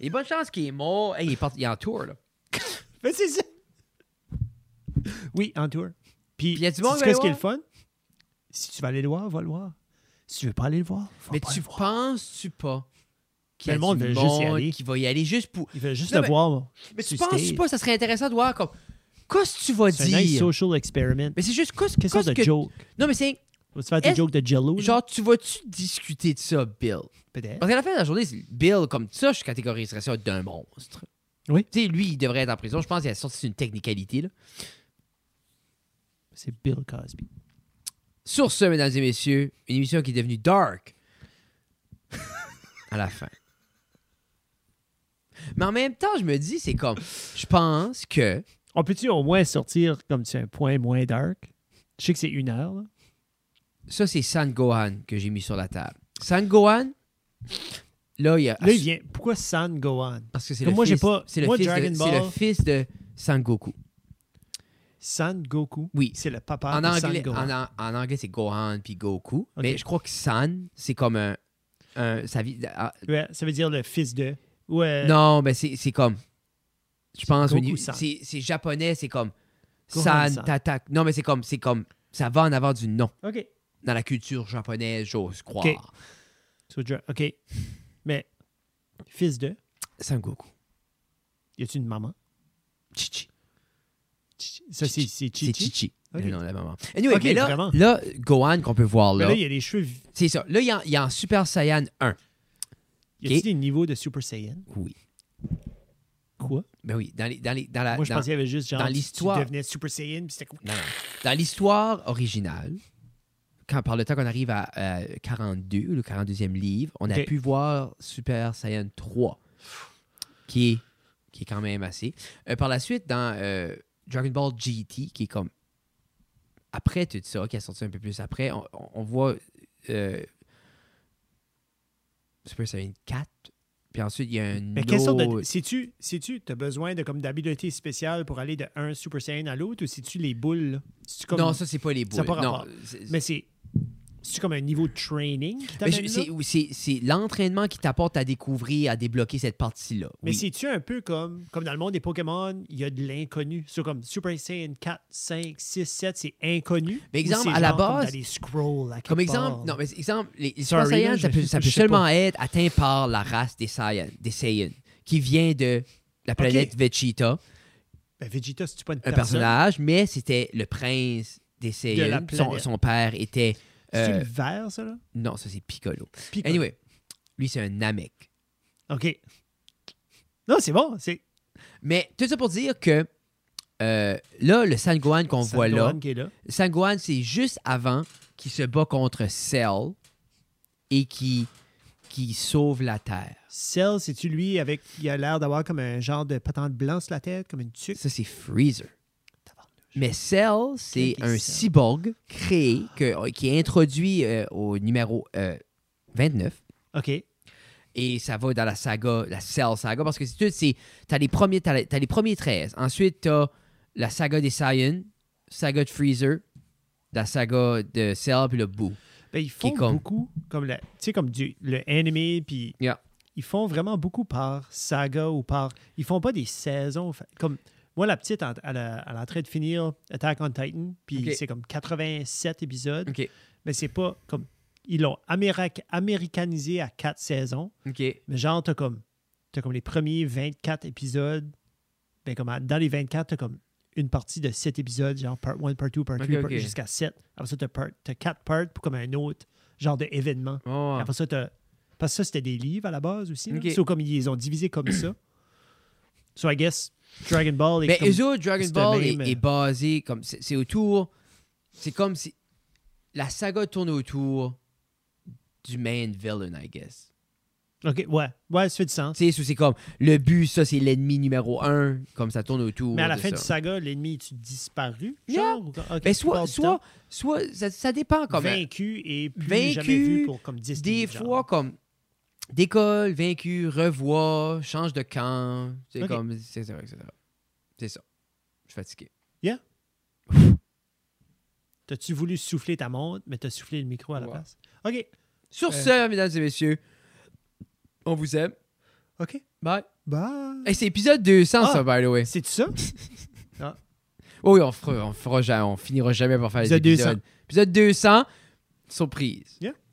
S1: Et bonne chance qu'il est mort. Hey, il, est parti- il est en tour, là.
S2: Mais c'est ça. Oui, en tour. Puis,
S1: Puis y a du monde
S2: sais-tu
S1: qui va
S2: qu'est-ce qui est
S1: le
S2: le fun? Si tu vas aller le voir, va le voir. Si tu veux pas aller le voir, va
S1: Mais
S2: pas
S1: tu
S2: le voir.
S1: penses-tu pas qu'il y a
S2: Mais le monde
S1: du
S2: veut juste y aller.
S1: qui va y aller juste pour.
S2: Il veut juste
S1: Non,
S2: le
S1: mais-
S2: voir.
S1: Mais tu
S2: sur
S1: penses-tu
S2: stage.
S1: pas, ça serait intéressant de voir comme. Qu'est-ce que tu vas
S2: C'est un nice
S1: dire?
S2: social experiment.
S1: Mais c'est juste. Qu'est-ce
S2: Quelle sorte
S1: qu'est-ce
S2: de
S1: que.
S2: joke?
S1: Non, mais c'est.
S2: Vas-tu faire des
S1: Est-ce-
S2: jokes de jello? là?
S1: Genre, tu vas-tu discuter de ça, Bill?
S2: peut-être.
S1: Parce qu'à la fin de la journée, c'est- Bill, comme ça, je catégoriserais ça d'un monstre.
S2: Oui.
S1: Tu sais, lui, il devrait être en prison. Je pense qu'il a sorti une technicalité, là.
S2: C'est Bill Cosby.
S1: Sur ce, mesdames et messieurs, une émission qui est devenue dark à la fin. Mais en même temps, je me dis, c'est comme, je pense que
S2: On peut-tu au moins sortir comme c'est un point moins dark? Je sais que c'est une heure. là.
S1: ça, c'est San Gohan que j'ai mis sur la table. San Gohan, là, il y a.
S2: Là, il vient. Pourquoi San Gohan?
S1: Parce que c'est
S2: Comme
S1: le
S2: moi, j'ai
S1: fils-
S2: pas-
S1: C'est le,
S2: moi,
S1: fils de-
S2: Dragon
S1: c'est le
S2: Ball-
S1: fils de San Goku.
S2: San Goku?
S1: Oui.
S2: C'est le papa
S1: En
S2: de San
S1: anglais,
S2: Gohan.
S1: en, an- en anglais, c'est Gohan puis Goku.
S2: Ok.
S1: Mais je crois que San, c'est comme un. un- sa vie, ah,
S2: Ouais, ça veut dire le fils de. Ouais.
S1: Non, mais c'est c'est comme. Je pense au
S2: Euh, Goku
S1: niveau-
S2: San.
S1: c'est c'est japonais, c'est comme
S2: Gohan
S1: San
S2: San.
S1: t'attaque. Non, mais c'est comme c'est comme ça va en avant du nom
S2: OK.
S1: dans la culture japonaise, j'ose croire.
S2: Ok. So, Dra- OK. Mais fils de,
S1: San Goku.
S2: y a-tu une maman?
S1: Chichi.
S2: Chi- Ça, c'est c'est
S1: C'est
S2: Chichi.
S1: Chichi.
S2: Ok.
S1: Le nom de la maman. Anyway,
S2: Ok,
S1: mais là,
S2: vraiment.
S1: là, Gohan qu'on peut voir
S2: Mais
S1: là,
S2: là, il y a les cheveux. vi-
S1: c'est ça. Là, il y a- il y a en Super Saiyan 1.
S2: Y a-tu
S1: Ok.
S2: des niveaux de Super Saiyan?
S1: Oui.
S2: Quoi?
S1: Ben oui, dans les dans les dans la
S2: Moi, je
S1: dans-
S2: pensais qu'il y avait juste genre.
S1: dans
S2: tu-
S1: l'histoire.
S2: Tu devenais Super Saiyan, puis c'était comme.
S1: Non, non. Dans l'histoire originale, quand, par le temps qu'on arrive à euh, 42, le 42e livre, on a
S2: Ok.
S1: pu voir Super Saiyan 3, qui est, qui est quand même assez. Euh, par la suite, dans euh, Dragon Ball GT, qui est comme après tout ça, qui a sorti un peu plus après, on, on- on voit euh, Super Saiyan 4, puis ensuite il y a un
S2: Mais quelle sorte de.
S1: autre-
S2: Sais-tu, sais-tu, t'as besoin de comme d'habiletés spéciales pour aller de un Super Saiyan à l'autre, ou sais-tu les boules, là? C'est-tu comme.
S1: Non, ça, c'est pas les boules.
S2: Ça a pas
S1: Non,
S2: rapport.
S1: c'est-
S2: Mais c'est. C'est-tu comme un niveau de training qui
S1: Mais
S2: t'amène
S1: je-
S2: là?
S1: c'est oui, c'est- c'est l'entraînement qui t'apporte à découvrir, à débloquer cette partie-là.
S2: Mais
S1: Oui.
S2: c'est-tu un peu comme, comme dans le monde des Pokémon, il y a de l'inconnu. C'est comme Super Saiyan 4, 5, 6, 7, c'est inconnu.
S1: Mais
S2: Ou
S1: exemple,
S2: c'est
S1: à la
S2: genre comme
S1: base-
S2: dans les scrolls, à quelque
S1: Comme
S2: part,
S1: exemple,
S2: là?
S1: non, mais exemple, les, les
S2: Sorry,
S1: Super Saiyans,
S2: là,
S1: ça
S2: je-
S1: peut, ça
S2: je
S1: peut
S2: sais
S1: seulement être atteint par la race des Saiyans, des Saiyans, qui vient de la planète Vegeta,
S2: euh, Vegeta, c'est-tu pas une
S1: un
S2: personne?
S1: personnage, mais c'était le prince des
S2: De la
S1: Saiyans. Son,
S2: planète.
S1: son père était.
S2: C'est-tu
S1: euh,
S2: le vert, ça, là?
S1: Non, ça c'est Piccolo.
S2: Piccolo.
S1: Anyway, lui c'est un Namek.
S2: OK. Non, c'est bon. C'est
S1: Mais tout ça pour dire que euh, là, le Sangohan qu'on voit là,
S2: Sangohan qui est là.
S1: Sangohan c'est juste avant qu'il se bat contre Cell et qui qui sauve la Terre.
S2: Cell, c'est-tu lui avec... Il a l'air d'avoir comme un genre de patente blanche sur la tête, comme une tuque.
S1: Ça c'est Freezer.
S2: Tabarnouche.
S1: Mais Cell, c'est
S2: Quel est
S1: un
S2: Cell?
S1: cyborg créé que- euh, qui est introduit euh, au numéro euh, 29.
S2: OK.
S1: Et ça va dans la saga, la Cell saga, parce que c'est tout, c'est. T'as les premiers, t'as la- t'as les premiers 13. Ensuite, t'as la saga des Saiyans, saga de Freezer, la saga de Cell, puis le Boo.
S2: Ben, ils font
S1: comme-
S2: beaucoup, comme, la- tu sais, comme du, le anime, puis
S1: Yeah.
S2: ils font vraiment beaucoup par saga ou par... Ils font pas des saisons. fa- Comme moi, la petite, en- à la- à l'entrée de finir Attack on Titan, puis
S1: Ok.
S2: c'est comme 87 épisodes,
S1: OK.
S2: mais c'est pas comme... Ils l'ont amérac- américanisé à quatre saisons,
S1: OK.
S2: mais genre, t'as comme, t'as comme les premiers 24 épisodes. Ben, comme à- dans les 24, t'as comme une partie de 7 épisodes, genre part 1, part 2, part 3,
S1: Ok, ok.
S2: jusqu'à 7. Après ça, t'as, part, t'as 4 parts pour comme un autre genre d'événement.
S1: Oh,
S2: Après ça, t'as... Parce que ça, c'était des livres à la base aussi. là.
S1: Ok.
S2: So, comme ils les ont divisés comme ça. So, I guess Dragon Ball est
S1: Mais
S2: comme...
S1: eux autres, Dragon
S2: c'est
S1: Ball
S2: le
S1: est,
S2: même,
S1: est basé comme. C'est c'est autour. C'est comme si. La saga tourne autour du main villain, I guess.
S2: OK, ouais. Ouais, ça fait du sens.
S1: Tu sais, c'est comme le but, ça, c'est l'ennemi numéro un, comme ça tourne autour.
S2: Mais à la
S1: de
S2: fin
S1: ça.
S2: du saga, l'ennemi est disparu,
S1: Yeah.
S2: genre? ou- ok,
S1: Ben,
S2: la
S1: soit,
S2: plupart du temps,
S1: soit, soit, ça, ça dépend comme euh,
S2: vaincu et plus
S1: Vaincu,
S2: jamais vu pour comme 10
S1: Des
S2: livres, genre.
S1: fois, comme décolle, vaincu, revoit, change de camp, c'est
S2: Ok.
S1: comme, etc., etc. C'est ça. Je suis fatigué.
S2: T'as-tu voulu souffler ta montre, mais t'as soufflé le micro à la
S1: Ouais.
S2: place? OK.
S1: Sur
S2: Euh.
S1: ce, mesdames et messieurs, on vous aime.
S2: OK.
S1: Bye.
S2: Bye.
S1: Hey, c'est épisode 200,
S2: Ah.
S1: ça, by the way.
S2: C'est ça?
S1: Oh oui, on, fera, on, fera ja- on finira jamais par faire
S2: Épisode
S1: les
S2: 200.
S1: épisodes. Épisode 200, surprise.
S2: Yeah.